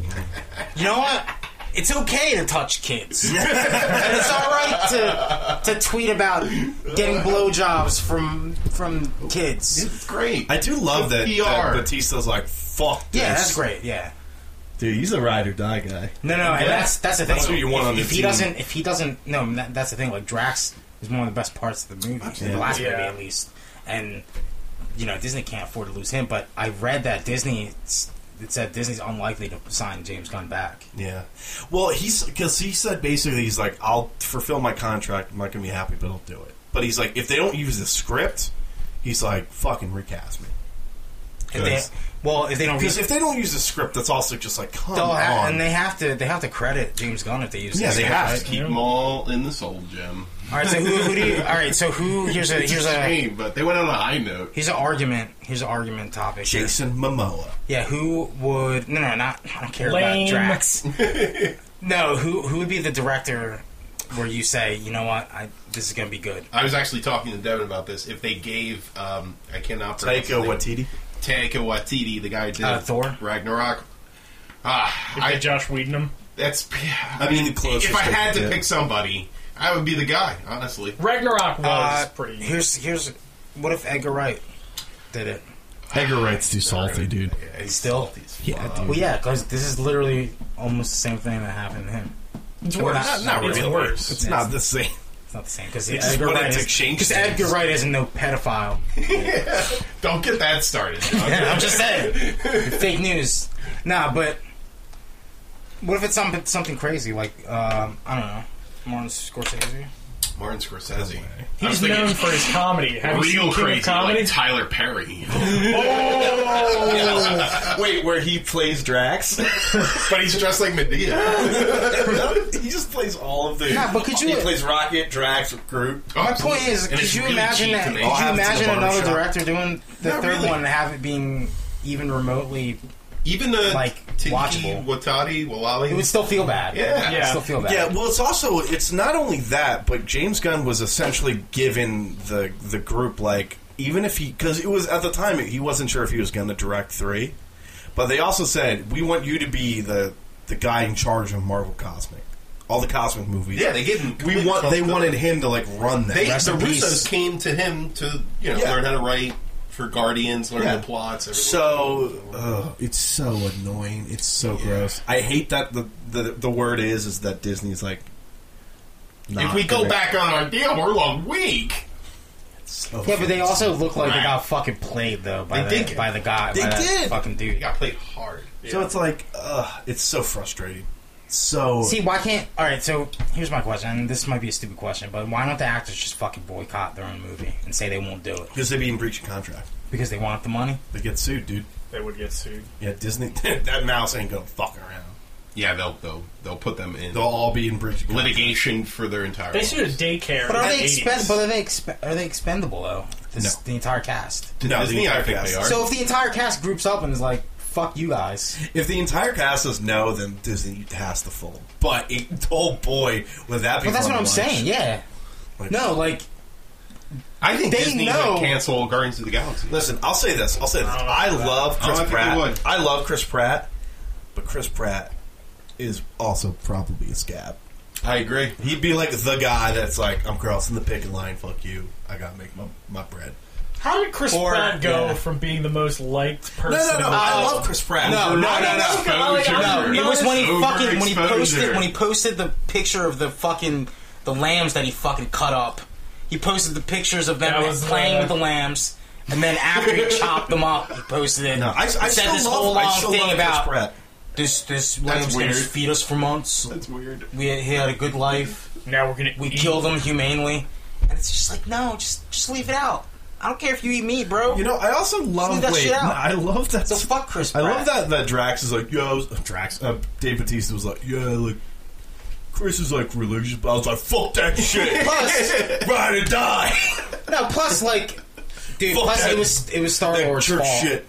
you know what? It's okay to touch kids. and it's all right to, to tweet about getting blowjobs from from kids. it's great. I do love that, PR. that Batista's like, "Fuck this." Yeah, that's great. Yeah. dude. He's a ride or die guy. No, no, and that's that's the thing. That's what you want if, on the if he team. doesn't, if he doesn't, no, that, that's the thing. Like Drax is one of the best parts of the movie, the last Yeah. movie at least, and you know Disney can't afford to lose him. But I read that Disney s- it said Disney's unlikely to sign James Gunn back. Yeah. Well, he's because he said basically he's like, I'll fulfill my contract. I'm not gonna be happy, but I'll do it. But he's like, if they don't use the script, he's like, fucking recast me. If they, Because- well, if they don't, Because re- if they don't use the script, that's also just like, come they'll have, on. and they have to, they have to credit James Gunn if they use. Yeah, this they script, have right? to. Keep them all in the soul gem. All right, so who, who do you? All right, so who? Here's a It's here's a a shame, but they went on a high note. here's an argument. Here's an argument topic. here. Jason Momoa. Yeah, who would? No, no, not. I don't care Lame. about Drax. no, who who would be the director? Where you say, you know what, I, this is gonna be good. I was actually talking to Devin about this. If they gave, um, I cannot pronounce Taika his name. Waititi. Taika Waititi, the guy who did Oh. Uh, Thor? Ragnarok. Ah, If I they Josh Whedon him. that's. I mean, mean, the closest if I they had could to get. pick somebody, I would be the guy. Honestly, Ragnarok was Oh, Uh, pretty. Here's here's what if Edgar Wright did it? Edgar Wright's too salty, dude. Yeah, he's Still. salty as Yeah, fuck. dude. Well, yeah, because this is literally almost the same thing that happened to him. It's Well, worse. not- not It's really. worse. It's not the same. It's not the same because It's just Edgar what Wright it's is exchanged because against. Edgar Wright is no pedophile. Don't get that started. John. I'm just saying, fake news. Nah, but what if it's something something crazy like um, I don't know, Martin Scorsese? Martin Scorsese. I was He's thinking known for his comedy. Have you seen real King crazy, of Comedy? like Tyler Perry. Wait, where he plays Drax? but he's dressed like Medea. he just plays all of the. Nah, but could you- He plays Rocket, Drax, Groot. My Point is, could you imagine that? Could I'll you have it to the imagine another barbershop. director doing the Not third really. one and have it being even remotely? Even the like, Tiki watchable. Watati Walali. It would still feel bad. Yeah. It would still feel bad. Yeah, well, it's also it's not only that, but James Gunn was essentially given the the group like even if he because it was at the time he wasn't sure if he was going to direct three, but they also said we want you to be the the guy in charge of Marvel Cosmic, all the cosmic movies. yeah, they get. we want they wanted him to like run that. They, the Rest in peace. Russos came to him to you know Yeah. learn how to write for Guardians, learn Yeah. the plots. Everything. So ugh, it's so annoying. It's so gross. I hate that the, the the word is is that Disney's like. if we go back on our deal, we're long week. oh, Yeah, but they also look like they got fucking played though by They the, did. by the guy. They by that did. fucking He dude. got played hard. So it's like, ugh, it's so frustrating. So See, why can't? All right, so here's my question. And this might be a stupid question, but why don't the actors just fucking boycott their own movie and say they won't do it because they be in breach of contract, because they want the money? they get sued, dude. They would get sued. Yeah, Disney. that mouse ain't gonna fuck around. Yeah, they'll they'll they'll put them in They'll all be in breach of contract. litigation for their entire. They lives. sued a daycare. But are in they the 80s. expend? But are they expe- Are they expendable though? This, No. The entire cast. To No, the Disney, I entire think cast. they are. So if the entire cast groups up and is like, "Fuck you guys," If the entire cast is no, then Disney has to fold. But it, oh boy, would that be? but that's fun what I'm to watch. saying. Yeah. Like- No, like I think They Disney know- would cancel Guardians of the Galaxy. Listen, I'll say this. I'll say this. I love I don't Chris think they would. Pratt. I love Chris Pratt, but Chris Pratt is also probably a scab. I agree. He'd be like the guy that's like, I'm crossing the picket line. Fuck you. I gotta make my, my bread. How did Chris Or- Pratt go yeah. from being the most liked person? in the I world? love Chris Pratt. No, no, not- no, no. No, uh, It was when he Overexposure. fucking when he posted when he posted the picture of the fucking the lambs that he fucking cut up. He posted the pictures of them That was, playing uh, with the lambs, and then after he chopped them up, he posted it. No, I, I He said still this love, whole I long still thing love about Chris Pratt. this this lamb's weird. gonna feed us for months. That's weird. We he had a good life. Now we're gonna We eat. killed him humanely, and it's just like no, just just leave it out. I don't care if you eat meat, bro. You know, I also leave love. that wait, shit out. no, I love that. so fuck Chris. I Pratt. love that that Drax is like, yo, Drax. Uh, Dave Batista was like, yeah, like. Chris is like religious, but I was like, fuck that shit. Plus, Ride or die. No, plus like, dude, Fuck plus that- it was it was Star That Wars church fault. shit.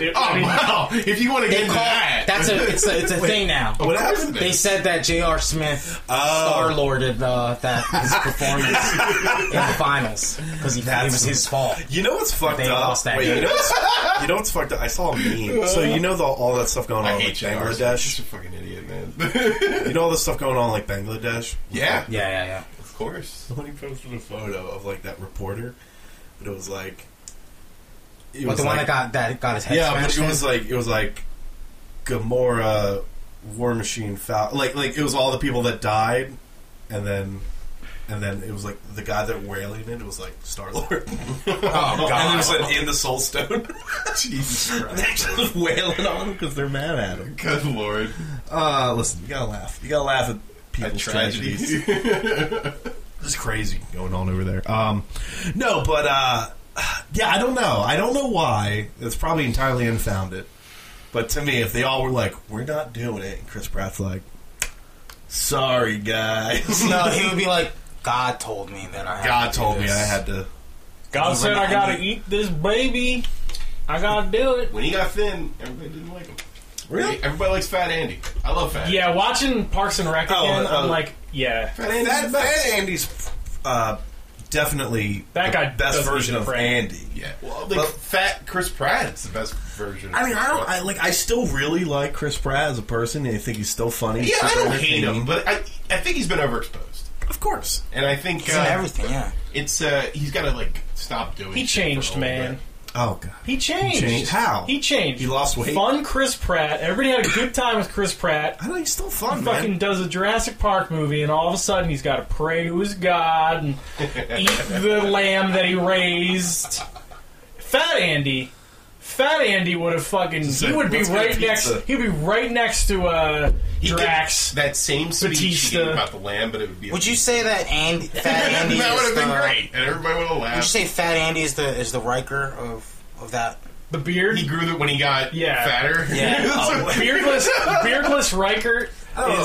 It- I Oh mean, wow! If you want to get They into call that, that's a it's a, it's a thing now. What course happened? They said that J.R. Smith Star Lorded uh, that his performance in the finals because it was his fault. You know what's fucked They up? lost that Wait, game. you know what's, you know what's fucked up? I saw a meme. So you know the, all that stuff going on I in hate you, Bangladesh. He's a fucking idiot, man. You know all the stuff going on like Bangladesh. yeah, Yeah, yeah, yeah. of course. Somebody posted a photo of like that reporter, but it was like, it But the one like- that got that got his head yeah, but smashed. it in? was like it was like Gamora, War Machine, Fal- like like it was all the people that died, and then and then it was like the guy that wailing it was like Star Lord. Oh And god. there's an in the Soul Stone. Jesus Christ. They're just wailing on him because they're mad at him. Good lord. Uh, listen, you gotta laugh. You gotta laugh at people's tragedies. Tragedies. It's crazy going on over there. Um, no, but uh, yeah, I don't know. I don't know why. It's probably entirely unfounded. But to me, if they all were like, "We're not doing it," and Chris Pratt's like, "Sorry, guys, no, he would be like, God told me that I. had God to do told me this." I had to." God said I gotta eat this baby. I gotta do it. when he got thin, everybody didn't like him. Really? Everybody likes Fat Andy. I love Fat. Andy. Yeah, watching Parks and Rec Oh, again, uh, I'm like, yeah. Fat Andy's That, the best. that Andy's uh, definitely That guy the best doesn't version need of Frank. Andy. Yeah. Well, like Fat Chris Pratt's the best version. of I mean, I don't Chris I, like. I still really like Chris Pratt as a person, and I think he's still funny. Pratt. Yeah, I super don't hate entertaining. him, but I I think he's been overexposed, of course, and I think He's in uh, everything, yeah. it's uh he's got to like stop doing. He shit for a changed, little man. bit. oh god. He changed. changed. How? He changed. He lost weight? Fun Chris Pratt. Everybody had a good time with Chris Pratt. I know he's still fun, man. Fucking does a Jurassic Park movie, and all of a sudden he's got to pray to his God and eat the lamb that he raised. Fat Andy, Fat Andy would have fucking. He like, would be "Let's get a right next. pizza." He'd be right next to uh, He could- Drax. that same speech he Batista. gave about the lamb, but it would be. Would you say that Andy, Fat that Andy, would is have been the, great, and everybody would have Would you laughed. say Fat Andy is the is the Riker of of that? the beard, he grew that when he got Yeah. fatter. Yeah. Oh, beardless, beardless Riker is. I Uh,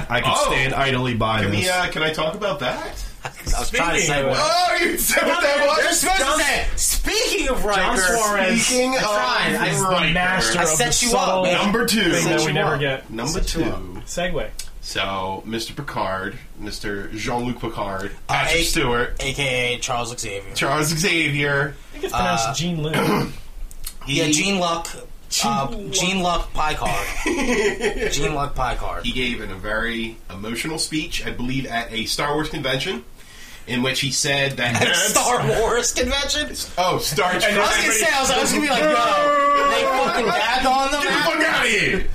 can, I can oh. stand idly by Can this. we? Uh, can I talk about that? I was trying to Speaking say of- what. Oh, you said what that You're was. supposed John- to say. Speaking of Riker, John Suarez Speaking I tried. of I- is Riker, the master I of set the you up, subtle man. number two. thing that Set we you never up. get. Number Set you up. two. Segue. So, Mr. Picard, Mr. Jean Luc Picard, Uh, Patrick I- Stewart, aka Charles Xavier. Charles Xavier. I think it's Uh, pronounced Jean Luke. He, Yeah, Gene Luck. Uh, Gene Gene Luck Picard. Gene Luck Picard. He gave in a very emotional speech, I believe, at a Star Wars convention, in which he said that Star Wars convention. Oh, Star Trek. I was gonna say I was, I was gonna be like, yo, they fucking bagged on them. Get the fuck out of here!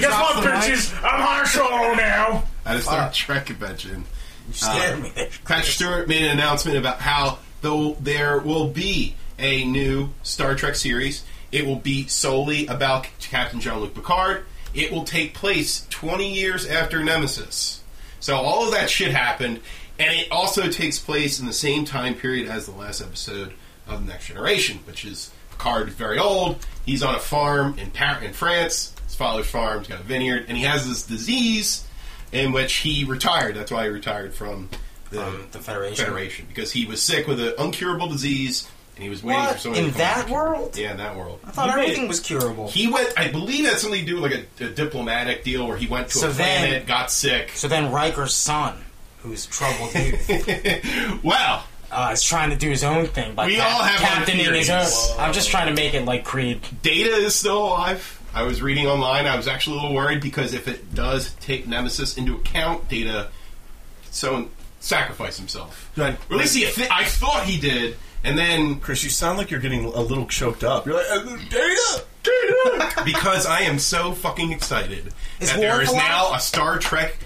Guess what, bitches? uh, I'm Marshall now. At a Star Trek convention, You scared me. There. Patrick Stewart made an announcement about how though there will be a new Star Trek series, it will be solely about Captain Jean Luc Picard. It will take place 20 years after Nemesis. So all of that shit happened, and it also takes place in the same time period as the last episode of Next Generation, which is Picard is very old. He's on a farm in Par- in France. His father's farm's got a vineyard, and he has this disease in which he retired. That's why he retired from the, From um, the Federation. Federation, Um, because he was sick with an uncurable disease, and he was waiting for What someone to in come that back. world? Yeah, in that world. I thought You made everything it. was curable. He went. I believe that's something to do with like a, a diplomatic deal where he went to So a then- planet, got sick. So then Riker's son, who's troubled youth, Well, uh, is trying to do his own thing by We all have our captaining his own. theories. I'm just trying to make it like Creed. Data is still alive. I was reading online. I was actually a little worried because if it does take Nemesis into account, Data so sacrifice himself. Right. Or at least he, I thought he did, and then Chris, you sound like you're getting a little choked up. You're like, "Uh, data, data. because I am so fucking excited Is that there Worf is alive? now a Star Trek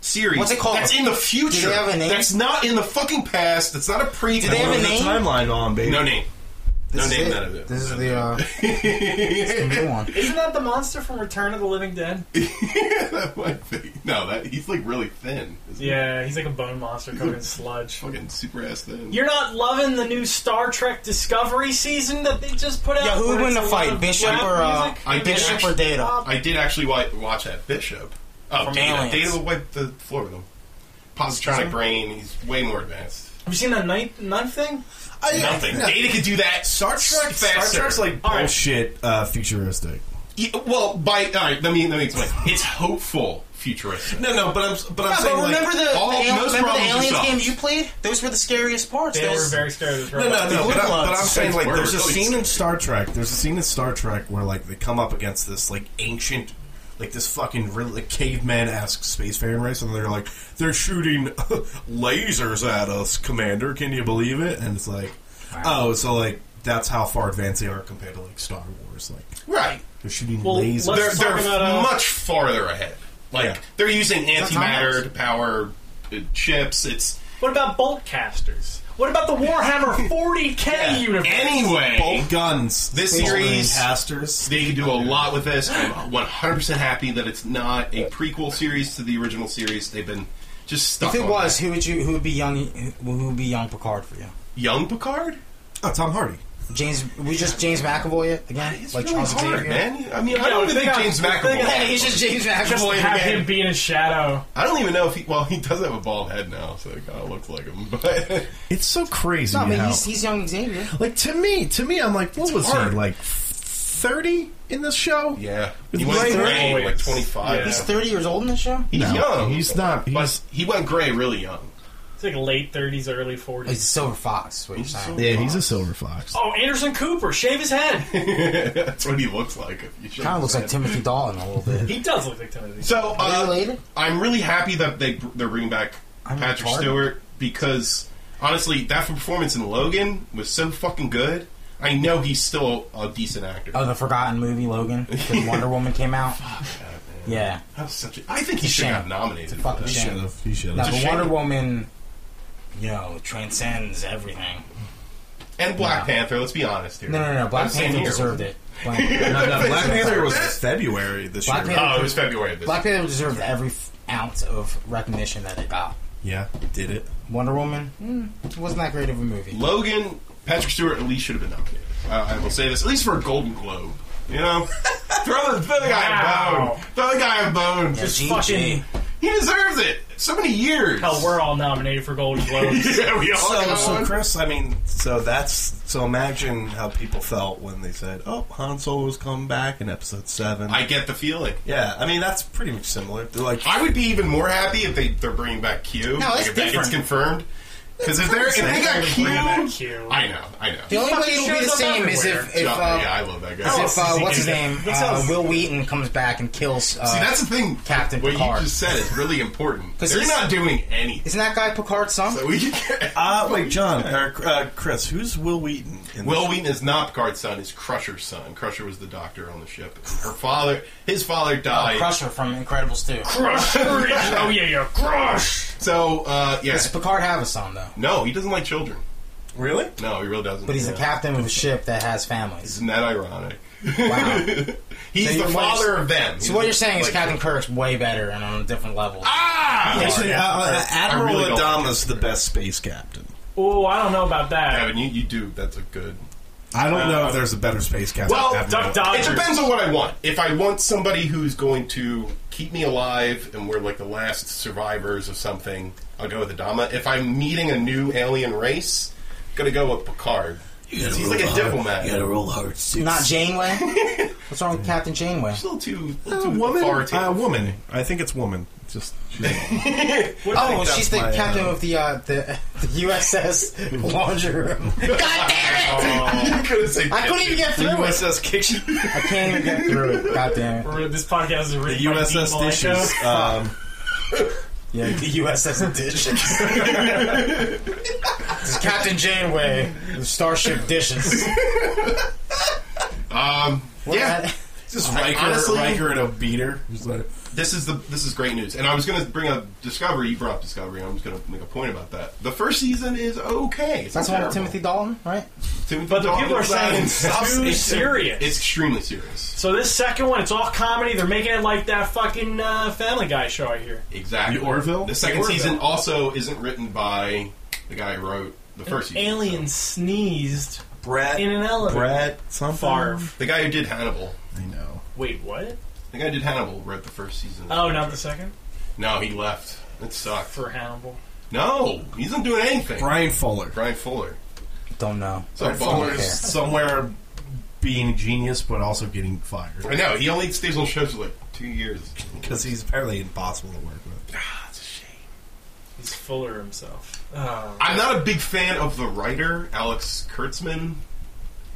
series What's it called? that's in the future. Do they have a name? That's not in the fucking past. That's not a pre. Do they have Put a the name? timeline on, baby. No name. No This is name. it. None of it. This is the uh, new one. Isn't that the monster from Return of the Living Dead? That might be- no, that he's like really thin. Isn't he? Yeah, he's like a bone monster covered in sludge. Fucking super ass thin. You're not loving the new Star Trek Discovery season that they just put out. Yeah, who where would win it's the a fight, lot of Bishop rap or, uh, music? I did Bishop actually, or Data? I did actually wa- watch that Bishop. Oh, From Data. Aliens. Data will wipe the floor with him. Positronic brain. He's way more advanced. Have you seen that ninth, ninth thing? I, Nothing. no. Data could do that. Star Trek. Star faster. Trek's like All right. bullshit uh, futuristic. Yeah, well, by all right, let me let me explain. It's hopeful futuristic. No, no, but I'm, but I'm Yeah, but remember the, all- the, alien- most remember the problems are aliens solved. game you played? Those were the scariest parts. They were Those- very scared of this No, no, robot. no. But, I, but I'm It's saying like, there's a worse. scene in Star Trek. There's a scene in Star Trek where like they come up against this like ancient, like this fucking real, like, caveman-esque spacefaring race, and they're like, they're shooting lasers at us, Commander. Can you believe it? And it's like, oh, so like that's how far advanced they are compared to like Star Wars. Like Right. they're shooting Well, lasers. let's- They're, Talking they're about, uh, much farther ahead. Like Yeah. they're using That's how it antimatter is. to power uh, chips. It's What about bolt casters? What about the Warhammer 40k universe? Anyway, Bolt guns. This Bolt series- casters. They can do a lot with this. I'm 100% happy that it's not a prequel series to the original series. They've been just stuck. If it on was, that. who would you? Who would be young? Who who would be young Picard for you? young Picard, Oh, Tom Hardy. James, we just James McAvoy it again, it's like really Charles hard, Xavier. man. I mean, I Yeah, don't if even they think got- James if they McAvoy. got- Yeah, he's just James Just McAvoy have again. him be in his shadow. I don't even know if he. Well, he does have a bald head now, so it kind of looks like him. But It's so crazy. No, I mean how- he's, he's young Xavier. like to me, to me, I'm like, what was hard. he like? Thirty in this show? yeah, He's he went right gray, there. like 25. Yeah. He's thirty years old in this show. He's No, young. He's not. but He's he went gray really young. It's like late 30s, early 40s. He's a silver fox. What you're He's a saying? silver- yeah, he's a silver fox. Oh, Anderson Cooper, shave his head. That's what he looks like. if you shake Kind of looks his like head. Timothy Dalton a little bit. he does look like Timothy. So Are they uh, related? I'm really happy that they they're bringing back I'm Patrick retarded. Stewart because honestly, that performance in Logan was so fucking good. I know he's still a decent actor. Oh, the forgotten movie Logan. When Wonder Woman came out. Yeah, That was such a, I think he It's a should shame. have nominated. It's a for fucking that. shame. have. He should now a the shame. Wonder Woman, you know, transcends everything. And Black No. Panther. Let's be honest here. No, no, no. Black That's the same Panther year. deserved it. Black, No, no, Black Panther was February this Black year. Panther- Oh, it was February. Of this. Black Panther deserved every f- ounce of recognition that it got. Oh. yeah, did it. Wonder Woman mm, wasn't that great of a movie. Logan, Patrick Stewart at least should have been nominated. Uh, I will say this, at least for a Golden Globe. You know, throw the, throw the guy Wow. a bone. Throw the guy a bone. Yeah, G- fucking- He deserves it. So many years. Hell, we're all nominated for Golden Globes. yeah, we all So, got so one. Chris, I mean, so that's so. Imagine how people felt when they said, "Oh, Han Solo's coming back in Episode 7. I get the feeling. yeah, I mean that's pretty much similar. They're like, I would be even more happy if they they're bringing back Q. No, that's if that gets different. confirmed. Because if they're if they got Q, Bring back Q. I know, I know. The only way Fucking it'll be the shows up same is if, everywhere. if Yeah, uh, yeah, I love that guy. is Oh, if uh, Susie what's his Q. name, That uh, sounds- Will Wheaton comes back and kills. Uh, See, that's the thing. Captain what Picard. you just said is really important. 'Cause They're he's- not doing anything. isn't that guy Picard's son? So we can get- uh, wait, John or uh, Chris, who's Will Wheaton? In Will this? Wheaton is not Picard's son; is Crusher's son. Crusher was the doctor on the ship. Her father, his father died. Crusher from Incredibles 2. Crush. oh, yeah, yeah. Crush. So, uh, yeah, Does Picard have a son though? no, he doesn't like children. Really? No, he really doesn't. But he's yeah. the captain of a ship that has families. Isn't that ironic? Wow. he's So the you're- what father you're- of them. So what you're saying is Like- Captain Kirk's way better and on a different level. Ah! Actually, uh, uh, Admiral I really don't like Adama's the best space captain. Oh, I don't know about that. Kevin, you, you do. That's a good. I don't know if there's a better space captain. uh, Well, than Duck Admiral. It Dodgers. depends on what I want. If I want somebody who's going to keep me alive and we're like the last survivors of something, I'll go with Adama. If I'm meeting a new alien race, gonna go with Picard. He's like a diplomat. He's a roll hard suit. Not Janeway. What's wrong with Captain Janeway? little too, a little a too woman. authoritative. Uh, woman. I think it's woman. Just Oh, think she's that's the my, captain uh, of the, uh, the the USS laundry room. God damn it! I couldn't say. I couldn't even get through it. USS Kitchen. I can't even get through it. God damn it! We're- This podcast is the really USS dishes. uh, Um, Yeah, the USS dishes. It's Captain Janeway, the starship dishes. Um, yeah, just I- Riker, honestly- Riker in a beater. Just like- this is the this is great news. And I was going to bring up Discovery. You brought up Discovery. I'm just going to make a point about that. The first season is okay. It's That's not one with terrible. Timothy Dalton, right? Timothy But the people Dalton are saying is not- it's too serious. It's extremely serious. so this second one, it's all comedy. They're making it like that fucking uh, Family Guy show I hear. Exactly. The Orville? The second The Orville. season also isn't written by the guy who wrote the first season. Alien sneezed Brett. in an elevator. Brett. Something. Favre. The guy who did Hannibal. I know. Wait, what? The guy who did Hannibal wrote the first season. Oh, not the second? No, he left. It sucked. For Hannibal. No, he isn't doing anything. Brian Fuller. Brian Fuller. Don't know. So Brian Fuller Fuller's somewhere being a genius, but also getting fired I know he only stays on shows for like two years. because he's apparently impossible to work with. That's a shame. He's Fuller himself. Oh. I'm not a big fan of the writer Alex Kurtzman,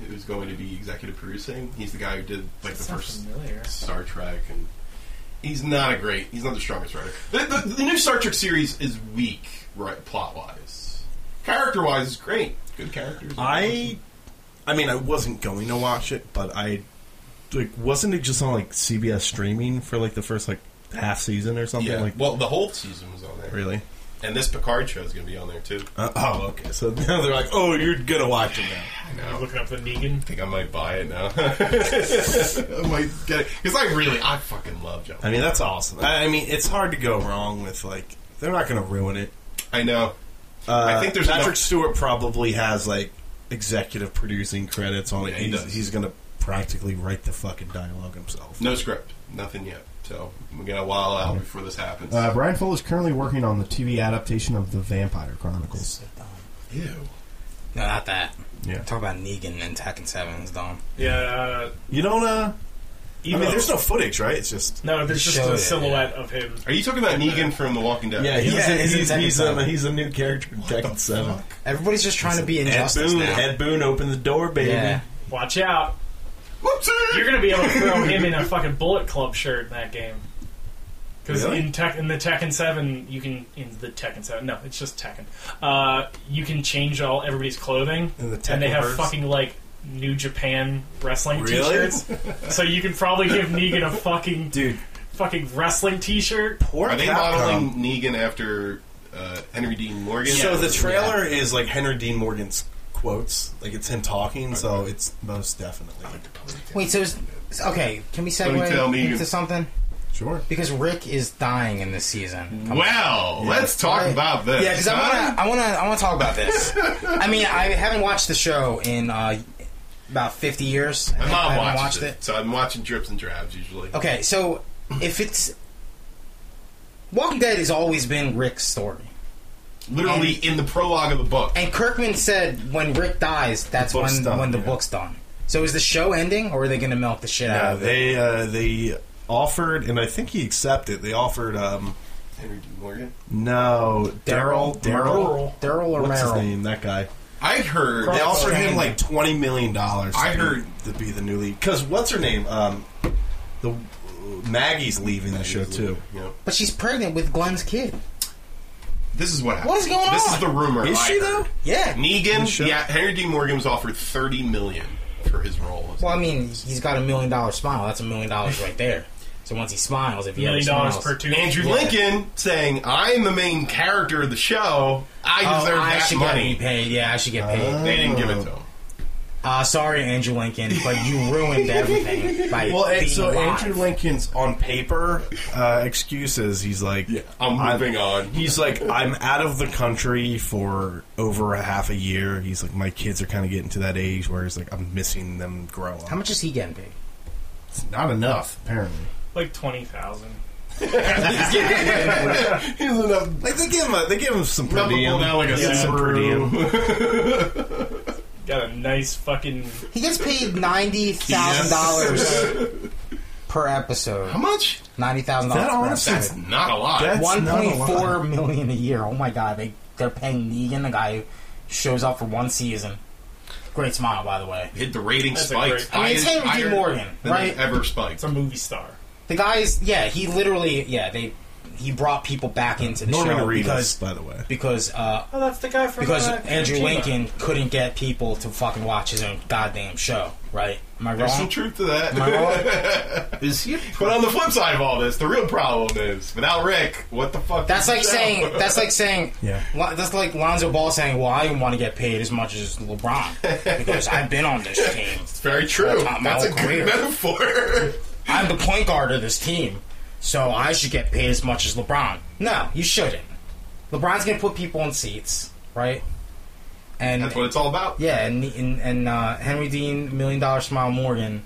who's going to be executive producing. He's the guy who did like the Sounds first familiar. Star Trek, and he's not a great. He's not the strongest writer. The, the, the new Star Trek series is weak, right? Plot wise, character wise is great. Good characters. I, I mean, I wasn't going to watch it, but I, like, wasn't it just on like CBS streaming for like the first like half season or something? yeah. Like, well, the whole season was on there. really? And this Picard show is going to be on there too. Uh, oh, okay. So now they're like, oh, you're gonna watch it now. I know. I'm looking up the Negan. I think I might buy it now. I might get it because I really, I fucking love John. I mean, that's awesome. I, I mean, it's hard to go wrong with like they're not gonna ruin it. I know. Uh, I think there's Patrick enough- Stewart probably has like executive producing credits on it. Yeah, he he's, does. he's gonna practically write the fucking dialogue himself. No script, nothing yet. So we got a while out before this happens. Uh, Brian Fuller is currently working on the TV adaptation of The Vampire Chronicles. Ew. No, not that. Yeah. Talk about Negan and Tekken Seven is dumb. Yeah. Uh, You don't. Uh, I even mean, there's no footage, right? It's just. no, there's just Show a it, silhouette of him. Are you talking about Negan from The Walking Dead? uh, Yeah, he's Yeah, a, it's in he's, Tekken he's, uh, a, Seven. he's a new character in Tekken Seven. Everybody's just trying to be Ed injustice Boone, now. Ed Boone, open the door, baby. yeah. Watch out! Whoopsie! You're gonna be able to throw him in a fucking Bullet Club shirt in that game. Because Really? in Tek- in the Tekken Seven, you can in the Tekken Seven. No, it's just Tekken. Uh, you can change all everybody's clothing, In the and they have Tekkenverse? fucking like New Japan wrestling Really? T-shirts. so you can probably give Negan a fucking Dude, fucking wrestling T-shirt. poor Are they Capcom. modeling Negan after uh, Henry Dean Morgan? So the trailer is like Henry Dean Morgan's quotes, like it's him talking. So it's most definitely. Wait, so is, okay? Can we Ponytail segue Negan. into something? Sure. Because Rick is dying in this Mm-hmm. season. Come Well, let's talk Right. about this. Yeah, because I want to, I want to, I want to talk about this. I mean, I haven't watched the show in uh, about fifty years. My I mom haven't watched, it. so I'm watching drips and drabs usually. Okay, so if it's Walking Dead has always been Rick's story, Literally in the prologue of the book. and Kirkman said when Rick dies, that's The book's when done, when the yeah. book's done. So is the show ending, or are they going to milk the shit out Yeah, of it? they uh, they offered, and I think he accepted. They offered um Henry Dean Morgan. no Daryl Daryl Daryl or what's his Merrill? name that guy. I heard. They offered him Stranding. like twenty million dollars. I heard- to be the new lead because what's her name um the Maggie's leaving the show too. Yeah. But she's pregnant with Glenn's kid. This is what happened. What is going This on? is the rumor. Is I she heard. though? Yeah. Negan. show? Yeah, Henry Dean Morgan was offered thirty million for his role. as Well, I mean, he's got a million dollar smile. That's a million dollars right there. So once he smiles, if he Million ever dollars smiles, per two. Andrew Lincoln saying, "I'm the main character of the show. I oh, deserve I that should money." get paid. Yeah, I should get Uh-huh. paid. They didn't give it to him. Uh, sorry, Andrew Lincoln, but you ruined everything by Well, being and so alive. Andrew Lincoln's on paper uh, excuses. He's like, I'm moving on. He's like, I'm out of the country for over a half a year. He's like, my kids are kind of getting to that age where he's like, I'm missing them grow up. How much is he getting paid? It's not enough, apparently. like twenty thousand. Like they give him, a, they give him some per Not diem. before now, like a Yeah, some per diem. Got a nice fucking He gets paid ninety thousand dollars per episode. How much? Ninety thousand That dollars. honestly- per That's episode. not a lot. That's One not a point lot. four million a year. Oh my god, they they're paying Negan, the guy who shows up for one season. Great smile, by the way. Hit the rating That's a spikes. great- I mean, it's Highest- Henry D. higher Morgan, than they right? Ever spiked. it's a movie star. The guy's yeah, he literally yeah, they he brought people back into the Norman show Reedus, because by the way. because uh Oh, that's the guy from because uh, Andrew Kojima. Lincoln couldn't get people to fucking watch his own goddamn show, right? Am I wrong? Oh, There's some truth to Am I that. wrong? Is he? but on the flip side of all this, the real problem is without Rick, what the fuck? That's is the like show? saying that's like saying Yeah. Lo- that's like Lonzo Ball saying, "Well, I want to get paid as much as LeBron because I've been on this team. It's very true. That's not my That's a whole good career. metaphor. I'm the point guard of this team, so I should get paid as much as LeBron." No, you shouldn't. LeBron's gonna put people in seats, right? And That's what it's all about. yeah, and and, and uh, Henry Dean Million Dollar Smile Morgan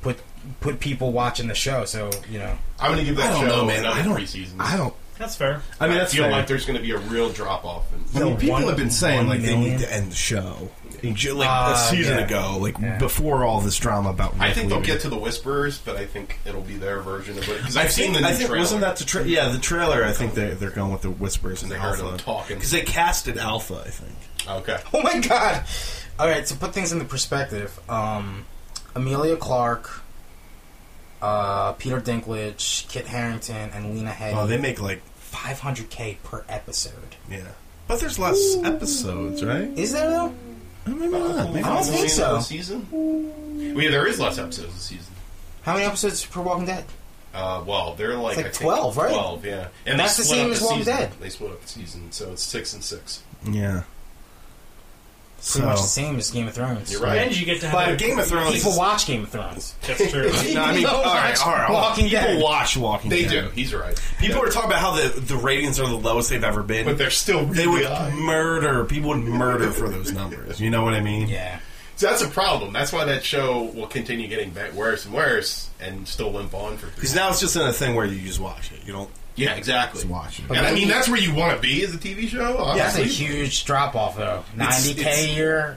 put put people watching the show, so you know. I'm gonna give that I don't show know, man. another I don't- three seasons. I don't. That's fair. I mean, that's feel fair. like there's gonna be a real drop off. I mean, The people one- have been saying one like they million? need to end the show, In ju- like a Uh, season yeah. ago, like Yeah. before all this drama about. I Rick think they'll leaving. get to the Whisperers, but I think it'll be their version of it. Because I I've seen think- the new I think, trailer. Wasn't that the trailer? Yeah, the trailer. I think they they're going with the whispers and They heard alpha him talking. because they casted alpha. I think. okay? Oh my god! All right, to put things into perspective, um, Amelia Clark, uh, Peter Dinklage, Kit Harrington, and Lena Headey. Oh, they make like 500k per episode. yeah, but there's less episodes, right? Is there though? Oh, maybe not. Maybe I don't not. think so. Season. Well, yeah, there is less episodes this season. How many episodes per Walking Dead? Uh, well, they're like, like I think, 12, right? Twelve, yeah. And That's they the split same up as the Walking season. Dead. They split up the season, so it's six and six. Yeah. Pretty much the So same as Game of Thrones. You're And right. you get to have but a Game of Thrones. People watch Game of Thrones. That's true. no, I mean, People all right, watch all right. Walking people Dead. watch Walking They Dead. do. He's right. People Yeah. are talking about how the, the ratings are the lowest they've ever been. but they're still really they would high. murder. People would murder for those numbers. You know what I mean? Yeah. So that's a problem. That's why that show will continue getting bet worse and worse, and still limp on for. Because now it's just in a thing where you just watch it. You don't yeah, exactly. just watch it. And I mean, that's where you want to be as a TV show. That's a Obviously. huge drop off though. Ninety it's- K a year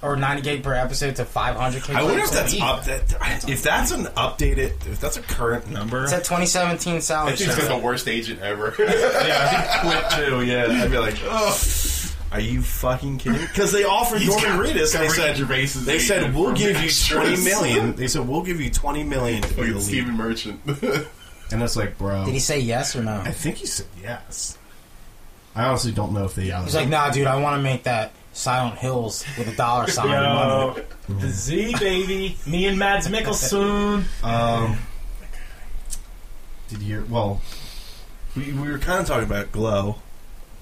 or ninety K per episode to five hundred K. I wonder if that's up. That, if that's an updated, if that's a current number, It's at twenty seventeen salary. I think he's got survey. the worst agent ever. quit too. Yeah, I'd be like, oh, are you fucking kidding? Because they offered He's Norman got- Reedus. They Ricky said Gervais is they said agent we'll from give you Extras." twenty million. They said we'll give you twenty million to be Look the at lead. Steven Merchant. And it's like, bro. Did he say yes or no? I think he said yes. I honestly don't know if they. Yeah, He's like, nah, dude, I want to make that Silent Hills with a dollar sign. money. Yo, the Z baby, me and Mads Mikkelsen. um, did you? hear- Well, We, we were kind of talking about Glow.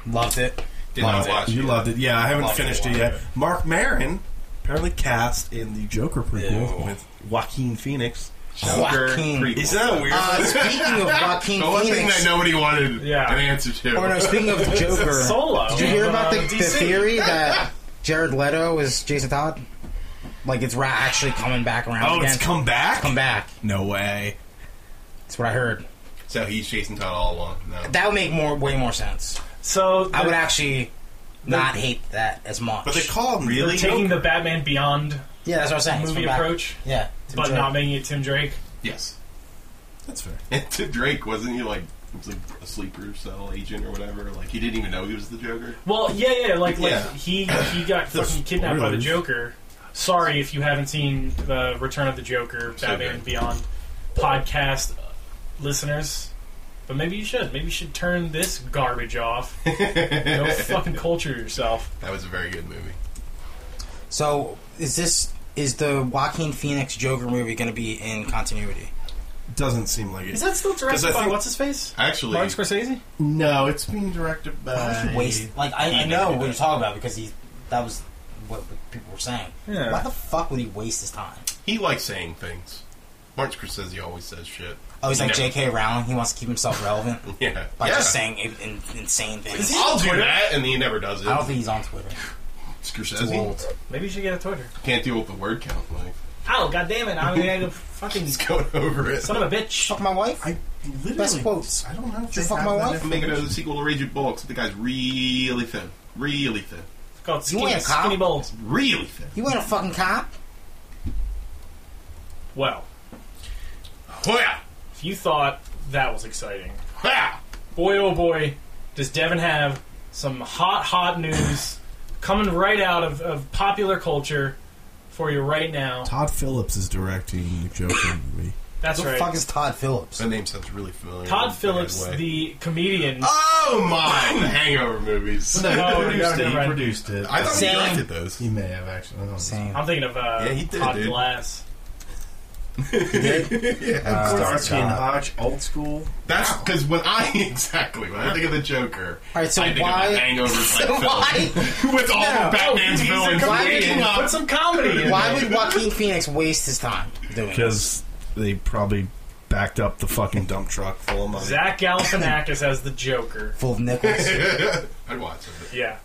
Loved it. Did not watch Uh, you it. loved it. Yeah, I haven't Loved it, finished it, loved yet. it. Mark Maron apparently cast in the Joker prequel Ew. with Joaquin Phoenix. Joker Joaquin. prequel. Isn't that weird? Uh, speaking of Joaquin The one thing that Phoenix, nobody wanted Yeah. an answer to. or no, speaking of the Joker, Solo. did you hear about the, Uh, the DC. theory that Jared Leto is Jason Todd? Like it's ra- actually coming back around. oh, again. it's come back. come back. No way. That's what I heard. so he's Jason Todd all along. No. That would make more way more sense. So I would actually not hate that as much. But they call him they're really taking the Batman Beyond yeah, that's what I'm saying. It's movie come back. approach, Yeah, Tim but Drake. not making it Tim Drake. Yes. That's fair. And to Drake, wasn't he like, he was like a sleeper cell agent or whatever? Like he didn't even know he was the Joker. Well, yeah, yeah, like like Yeah. he he got fucking kidnapped by the spoilers. Joker. Sorry if you haven't seen the Return of the Joker, So Batman good. Beyond podcast listeners, but maybe you should. Maybe you should turn this garbage off. Go fucking culture yourself. That was a very good movie. So is this is the Joaquin Phoenix Joker movie going to be in continuity? Doesn't seem like it. Is that still Because I directed by think- what's his face? Actually, Martin Scorsese? no, it's being directed Why by. would you waste like I, I did know do what that. you're talking about because he that was what, what people were saying. Yeah. Why the fuck would he waste his time? he likes saying things. Martin Scorsese always says shit. Oh, he's like Yeah. J.K. Rowling. He wants to keep himself relevant Yeah. by yeah. just saying in, in, insane things. I'll do that, and he never does it. I don't think he's on Twitter. Too Scorsese old. Maybe you should get a Twitter. can't deal with the word count. Like Oh god damn it! I'm gonna fucking he's going over it. son of a bitch. Fuck my wife. I literally. Best quotes. I don't know. If you they fuck have my that wife? information. Make it a sequel to Raging Bull, except the guy's really thin, really thin, Called You ain't skinny, a cop. skinny balls. really thin. You ain't a fucking cop. Well, Hoya, if you thought that was exciting, hoya. boy oh boy, does Devin have some hot, hot news coming right out of, of popular culture for you right now. Todd Phillips is directing the Joker movie. That's Who the right. fuck is Todd Phillips? That name sounds really familiar. in a Todd bad Phillips, way. the comedian. oh my the Hangover movies. No, He no, produced it. never He mind. produced it. I thought Same. he directed those. he may have actually. I don't know. Same. I'm thinking of uh, Yeah, he did, Todd dude. Glass. yeah, Uh, Starts being God. Hodge, old school. that's because when I exactly when I think of the Joker, All right, so I think why- of the Hangover So type film with all No. the Batman's Oh, He's a villains comedian. waking Put up. some comedy in Why there. would Joaquin Phoenix waste his time doing it? Because they probably backed up the fucking dump truck full of money. Zach Galifianakis as the Joker. Full of nickels. I'd watch it. Yeah,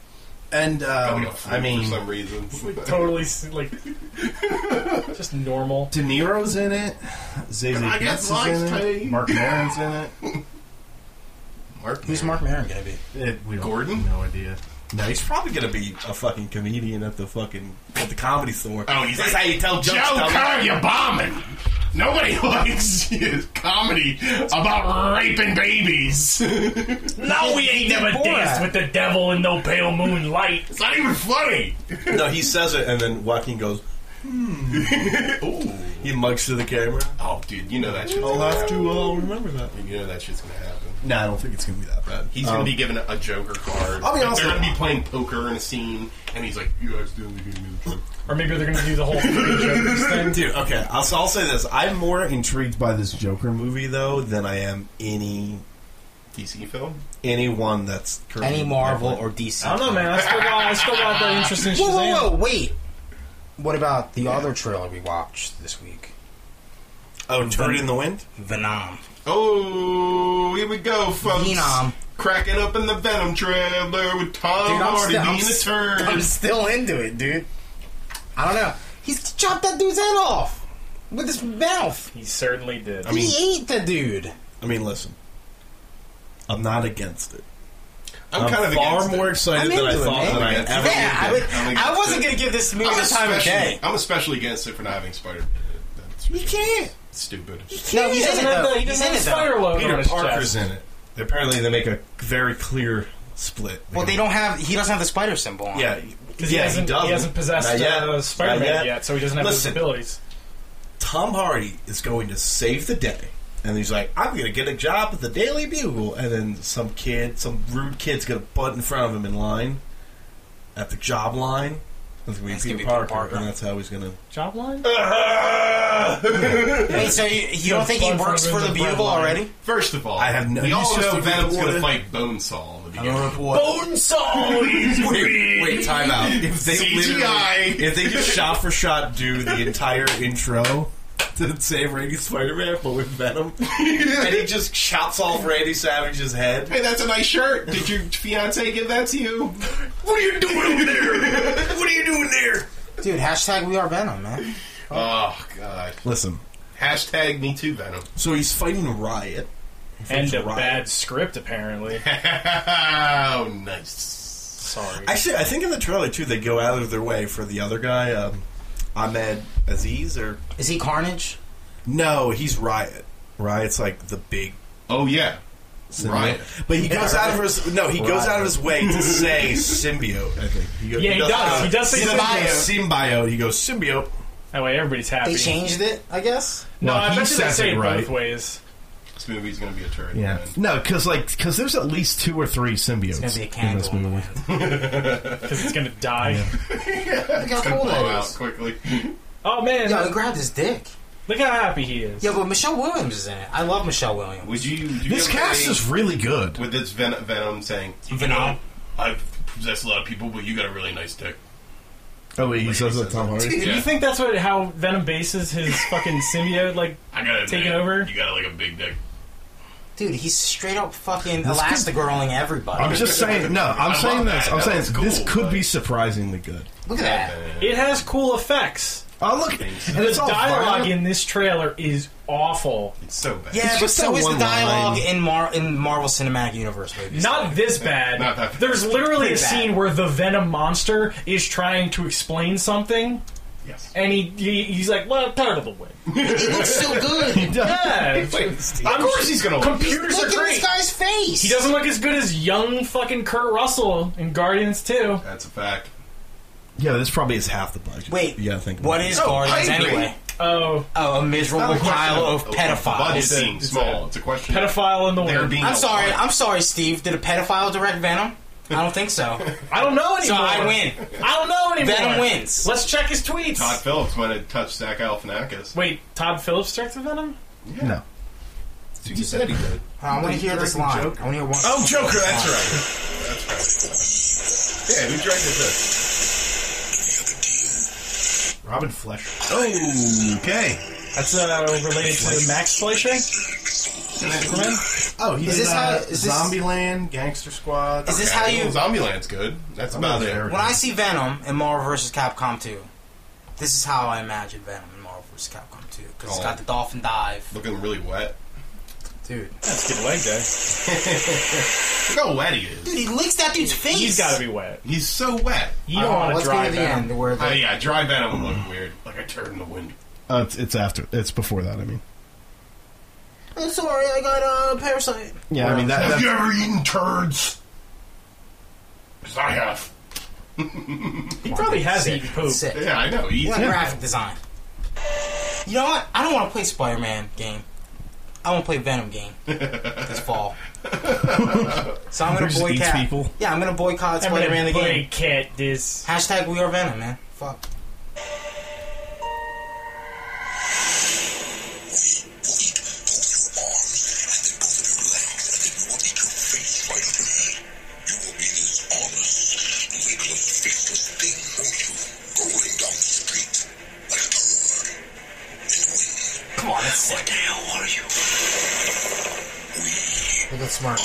And I'm um, a fool I mean, for some reason, totally s- like just normal. De Niro's in it. Zay Zay I Betts is guess in life's it. tight. Mark Maron's in it. Mark, Who's Mark Maron going to be? it we don't- Gordon? No idea. No, he's probably gonna be a fucking comedian at the fucking at the comedy store. Oh, he's That's like, how you tell jokes. Joe dummy." Curb, you're bombing. Nobody likes you. comedy about raping babies. it's No, we ain't never Borat. danced with the devil in no pale moonlight. not even funny. No, he says it, and then Joaquin goes. "Hmm." Ooh. He mugs to the camera. Oh, dude, you know that shit's I'll gonna have happen. to uh, remember that. You know that shit's gonna happen. No, I don't think it's gonna be that bad. He's Um, going to be given a, a Joker card. I'll be Like, honest They're going with to you. be playing poker in a scene, and he's like, "You accidentally gave me the Joker." Or maybe they're going to do the whole three Jokers thing. Dude, okay. I'll, so I'll say this: I'm more intrigued by this Joker movie though than I am any DC film. any one that's currently Any Marvel or DC? I don't know, man. I still got, I still got that interest in Whoa, Shazam. whoa, whoa! Wait. What about the other trailer we watched this week? Oh, Turd in the Wind. Venom. Oh, here we go, folks. Venom. Cracking up in the Venom trailer with Tom Dude, I'm, Hardy still, I'm, being a s- turd. I'm still into it, dude. I don't know. He's chopped that dude's head off with his mouth. He certainly did. I mean, he ate the dude. I mean, listen. I'm not against it. I'm kind of far against more it. excited I'm than I into it, thought man. that I I'm against ever. it. Yeah, I, I'm would, against I wasn't it. gonna give this movie I'm the time of especially- day. I'm especially against it for not having Spider. That's You can't. stupid. No, he's in doesn't it have though. the- he He's doesn't in have it his though. fire logo on Peter his Parker's chest. in it. Apparently, they make a very clear split. Well, they don't have. He doesn't have the spider symbol. On. Yeah, Because yeah, he, hasn't, doesn't. he hasn't possessed Not yet. uh, Spider-Man Not yet. so he doesn't have Listen. those abilities. Tom Hardy is going to save the day. And he's like, I'm going to get a job at the Daily Bugle. And then some kid, some rude kid's going to butt in front of him in line at the job line. That's going That's to be gonna be Peter Peter Parker, Parker. And that's how he's going to. Job line? Wait, so you, you don't think he Fun for works for the the bread Bugle line. already? First of all, I have no- we you all just know don't Venom's report going to it. fight Bonesaw. in the beginning. Bonesaw! wait, wait, time out. If they CGI. literally- If they just shot for shot do the entire intro to Save Randy Spider Man, but with Venom, and he just chops off Randy Savage's head. Hey, that's a nice shirt. Did your fiance give that to you? What are you doing over there? What are you doing there? Dude, hashtag we are Venom, man. Oh God! Listen, Hashtag Me Too Venom. So he's fighting Riot. And a Right. bad script, apparently. oh, nice. Sorry. Actually, I think in the trailer too, they go out of their way for the other guy, um, Ahmed Aziz, or Is he Carnage? no, he's Riot. Riot's like the big Oh yeah, symbiote. Riot. but he goes out of his no, he goes Riot. out of his way to say symbiote. I think. He goes, Yeah, he does. He does say symbiote. symbiote. He goes symbiote. That way everybody's happy. They changed it, I guess. No, Well, I he bet you they says say it it right. both ways. this movie's gonna be a turd. Yeah. man. No, because like, because there's at least two or three symbiotes It's gonna be a in this candle. movie. Because it's going to die. Look how Gonna cool blow that out is. quickly. Oh, man. Yo, he grabbed his dick. Look how happy he is. Yo, but Michelle Williams is in it. I love Michelle Williams. Would you? would you This give it cast a- is really good. with this Ven- Venom saying Venom. I've possessed a lot of people, but you got a really nice dick. Oh wait, he says that Tom Hardy. You Yeah. think that's what how Venom bases his fucking symbiote? Like, I got Take it over? You got like a big dick. Dude, he's straight up fucking This could- Elastigirling everybody. I'm just saying. No, I'm I saying love this. that. I'm That saying was this cool, could but- be surprisingly good. Look at Uh, that. it has cool effects. Oh look, and The it's all dialogue violent. in this trailer is awful. It's so bad. Yeah, but just so that is the one dialogue line. in, Mar- in Marvel Cinematic Universe movies. Not this bad. Not that bad. There's literally Pretty a bad. scene where the Venom monster is trying to explain something, Yes. and he, he he's like, "Well, part of the way." It looks so good. Yeah, Wait, of course he's gonna. win. computers are Look at this great. guy's face. He doesn't look as good as young fucking Kurt Russell in Guardians 2. That's a fact. Yeah, this probably is half the budget. Wait, you gotta think. what about is it. Guardians I agree. anyway? Oh, Oh, a miserable Not a question pile of Oh, pedophiles. The budget being It's a- small. It's a question. pedophile in the They're wind. being- I'm sorry. I'm sorry, Steve. Did a pedophile direct Venom? I don't think so. I don't know So anymore. I win. I don't know anymore. Venom wins. Let's check his tweets. Todd Phillips might have touched Zach Galifianakis. Wait, Todd Phillips directed Venom? No. you said he did. I want to hear this line. I want to hear one. Oh, Joker! That's That's right. right. That's right. Yeah, who directed this? Robin Flesh. Okay. That's uh, related to Max Fleischer? Superman? Oh, he Is did this how- uh, is this- Zombieland, Gangster Squad. Is this how you? Zombieland's good. That's about it. there. When I see Venom in Marvel vs. Capcom 2, this is how I imagine Venom in Marvel vs. Capcom 2 because it's Oh. got the dolphin dive, Looking really wet. dude. That's good leg day. Look how wet he is. Dude, he licks that dude's face. He's got to be wet. He's so wet. You don't want to Uh, let's go to drive the Venom. end where the, Oh yeah, dry venom would look weird. Like a turd in the wind. Uh, it's, it's after. It's before that. I mean. I'm Oh, sorry, I got a parasite. Yeah, I mean that. Have That's, you ever eaten turds? Because I have. He probably has Sick. eaten poop. Sick. Yeah, I know. He You eats want it. graphic design? You know what? I don't want to play Spider-Man game. I won't play Venom game this fall. so I'm gonna Just eats boycott. people. Yeah, I'm gonna boycott I'm gonna Spider-Man the game. boycott this. Hashtag We Are Venom, man. Fuck. Come on, that's sick. Look at smart.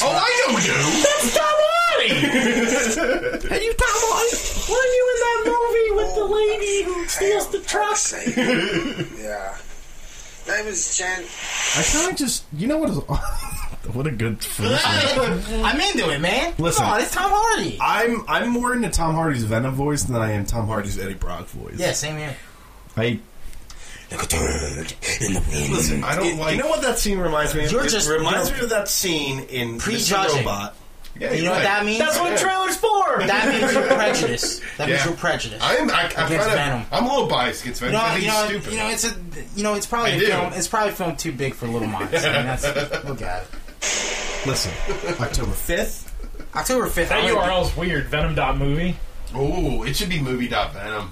Oh, I know you. That's Tom Hardy! Are you Tom Weren't you in that movie with the lady who steals the truck? yeah. Name is Jen. I kind of just, you know what is, what a good first I'm into it, man. Listen. Come on, it's Tom Hardy. I'm I'm more into Tom Hardy's Venom voice than I am Tom Hardy's Eddie Brock voice. Yeah, same here. I Like a turd in the wind. Listen, I don't like. You know what that scene reminds me of? You're it just- reminds you're me of that scene in Mr. prejudging. Robot. Yeah, you know what that means? That's what trailer's for! that means you're prejudiced. That means Yeah. you're prejudiced. I'm. I, I kind Against Venom. of. I'm a little biased against you Venom. know, I think you he's know, stupid. you know, it's a, you know, it's probably I a do. film, it's probably a film too big for little minds. I mean, that's, look at it. listen, October fifth. October fifth. That URL's weird. Venom dot movie. oh, it should be movie dot Venom.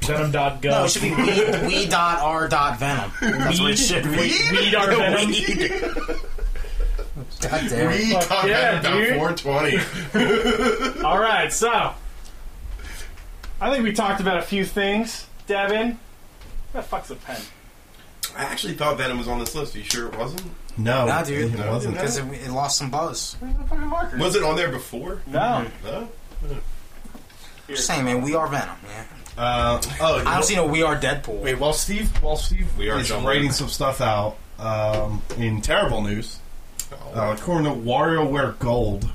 Venom dot gov. No, oh, it should be we, we dot r dot venom. That's what it should be. Weed? Weed our Venom? God damn it. We Fuck talked yeah, about dude. 420. Alright, so. I think we talked about a few things. Devin. What the fuck's a pen? I actually thought Venom was on this list. Are you sure it wasn't? No, Nah, dude. it wasn't. Because it, it lost some buzz. Where's the fucking marker? Was it on there before? No. No. Just saying, man, we are venom. Yeah. Uh, oh, you I know- don't see no we are Deadpool. wait. While Steve, while Steve We are is John writing Lennon. some stuff out um, in terrible news, uh, according to WarioWare Gold,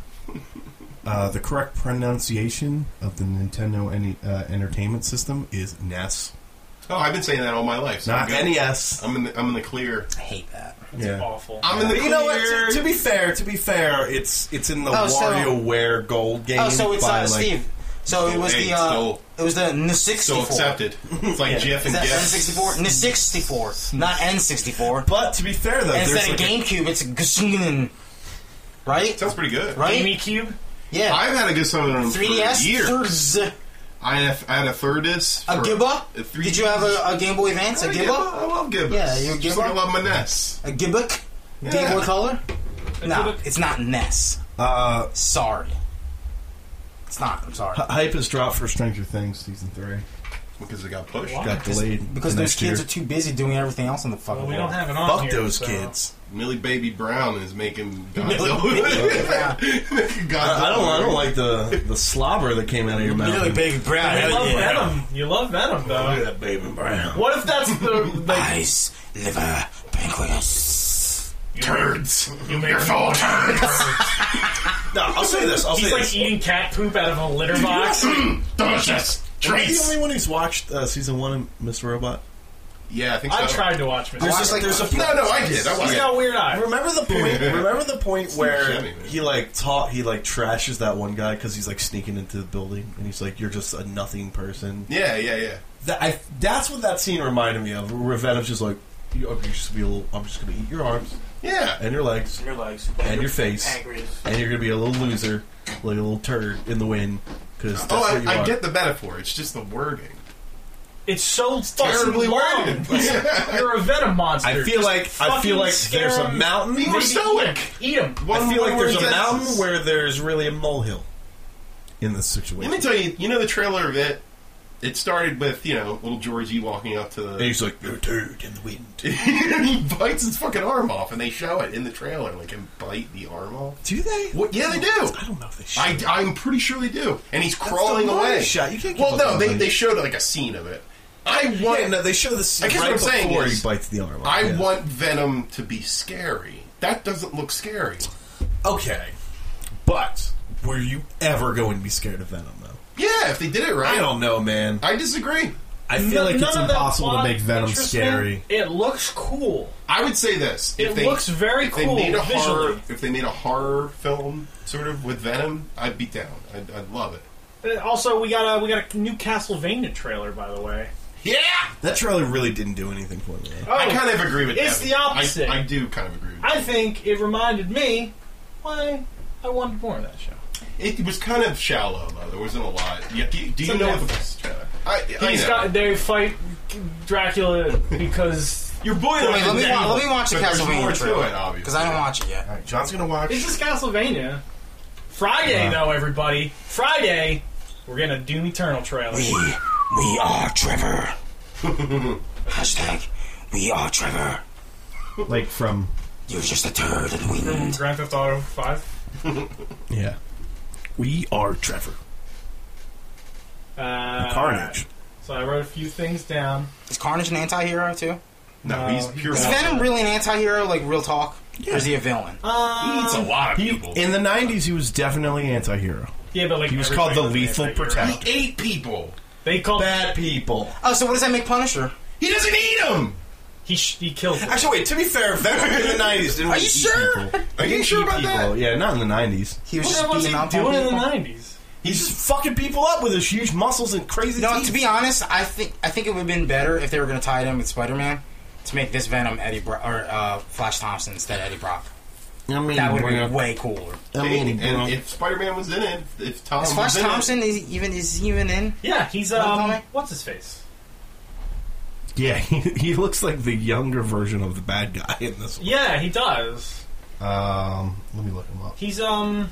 uh, the correct pronunciation of the Nintendo any, uh, Entertainment System is NES, Oh, I've been saying that all my life. So I'm not good. NES. I'm in. The, I'm in the clear. I hate that. Yeah. Awful. I'm in the But clear. Oh. you know what? To, to be fair, to be fair, it's it's in the Oh, so- WarioWare Gold game. Oh, so it's by, uh, like- Steve. So it was Hey, the uh, still- it was the N64. So accepted. It's like GIF Is and that GIF. N64? N64, not N64. But to be fair though, And there's instead of like a- GameCube, it's Gsungen. Right? Sounds pretty good. Right? Amy Cube? yeah. I've had a good Summoner for 3DS. years. Thurs. I had a, I had a Thirdus. A for- Gibba? a three- Did you have a, a Game Boy Advance? I A had a Gibba? Gibba? I love Gibbas. Yeah, you're a Just Gibba? like I love my Ness. A Gibbick? Game Yeah. Boy Color? No, Gibbick. it's not NES. uh, Sorry. It's not. I'm sorry. hype is dropped for Stranger Things season three. Because it got pushed. What? Got delayed Because to those next kids year. are too busy doing everything else in the fucking Well, we don't world. have it on Fuck here, those so- kids. Millie Baby Brown is making Millie Baby Godzilla. Brown. Making Godzilla. I, I don't. I don't like the the slobber that came out of your mouth. Really, baby brown. You Hell love yeah. Venom. You love Venom, Look at though. that baby brown. What if that's the. Like, Eyes, liver, pancreas. Turds. You are full of turds. No, I'll say this. I'll he's say like this. eating cat poop out of a litter box? Delicious. He's the Trace. only one who's watched uh, season one of Mr. Robot. Yeah, I think so. I tried to watch Mr. There's just like there's a No, no, I did. I He's watched it. got weird eyes. Remember the point? Remember the point where Chevy, man. he like taught he like trashes that one guy because he's like sneaking into the building and he's like, "You're just a nothing person." Yeah, yeah, yeah. That, I, that's what that scene reminded me of. Where Venom's just like, you, "I'm just gonna be a little, I'm just gonna eat your arms Yeah. and your legs Your legs. and your face, and you're gonna be a little loser, like a little turd in the wind." Because Oh, what you I, I are. get the metaphor. It's just the wording. It's so fucking Terribly long. worded. Yeah. You're a venom monster. I feel like I feel fucking like scare there's a him. mountain. You were stoic. Eat him. I feel like there's a One-word mountain sentences. where there's really a molehill in this Let situation. me tell you, you know the trailer of it. It started with you know little Georgie walking up to And the. he's like, "You're a turd in the wind." he bites his fucking arm off, and they show it in the trailer, like him bite the arm off. Do they? What? Yeah, they do. I don't know if they should. I, I'm pretty sure they do. And he's the crawling money away. shot. You can't give well, up no, on they, money. they showed like a scene of it. I want yeah, no, they show the I scene guess right what I'm saying before is, he bites the arm. off, I yeah. want Venom to be scary. That doesn't look scary. Okay, but were you ever going to be scared of Venom though? Yeah, if they did it right. I don't know, man. I disagree. I feel like None it's of that impossible to plot make Venom interesting. scary. It looks cool. I would say this: if It they, looks very if they cool made a horror, visually. if they made a horror film sort of with Venom, I'd be down. I'd, I'd love it. Uh, Also, we got a we got a new Castlevania trailer, by the way. Yeah, That trailer really didn't do anything for me. though. I kind of agree with Oh, it's Devin. the opposite. I, I do kind of agree. with I think it reminded me why I wanted more of that show. It was kind of shallow though. There wasn't a lot. Yeah, do, do you Some know depth. the best trailer? I, I He's know. got they fight Dracula because Your boy. Wait, let, me wa- let me watch the Castlevania to it, trailer obviously. because I don't watch it yet. All right, John's gonna watch. it's just Castlevania. Friday though, everybody. Friday, we're getting a Doom Eternal trailer. We, we are Trevor. Hashtag, we are Trevor. like from You're just a turd in the From wind. Grand Theft Auto Five. yeah. We are Trevor. Uh, Carnage. So I wrote a few things down. Is Carnage an anti-hero too? No, No, he's he- pure. Is evil. Venom really an anti-hero? Like real talk, or is he a villain? Uh, He eats a lot of people. In the '90s, he was definitely anti-hero. Yeah, but like He was everybody called the was an Lethal anti-hero. Protector. he ate people. They call Bad people. oh, so what does that make Punisher? He doesn't eat them. he sh- he killed. them. Actually, wait. To be fair, Venom in the '90s didn't. Are you sure? Are you sure about that? Yeah, not in the '90s. He What the was just hell was beating he up on doing in the people. nineties? He's just fucking people up with his huge muscles and crazy. No, teeth. to be honest, I think I think it would have been better if they were going to tie it in with Spider-Man to make this Venom Eddie Bro- or uh, Flash Thompson instead of Eddie Brock. I mean, That would bring have up- been way cooler. I mean, And, bring up- if Spider-Man was in it, if Tom Is Flash was in it- Thompson is even is he even in? Yeah, he's What um, comic? what's his face? yeah, he, he looks like the younger version of the bad guy in this one. Yeah, he does. Um, let me look him up. He's um,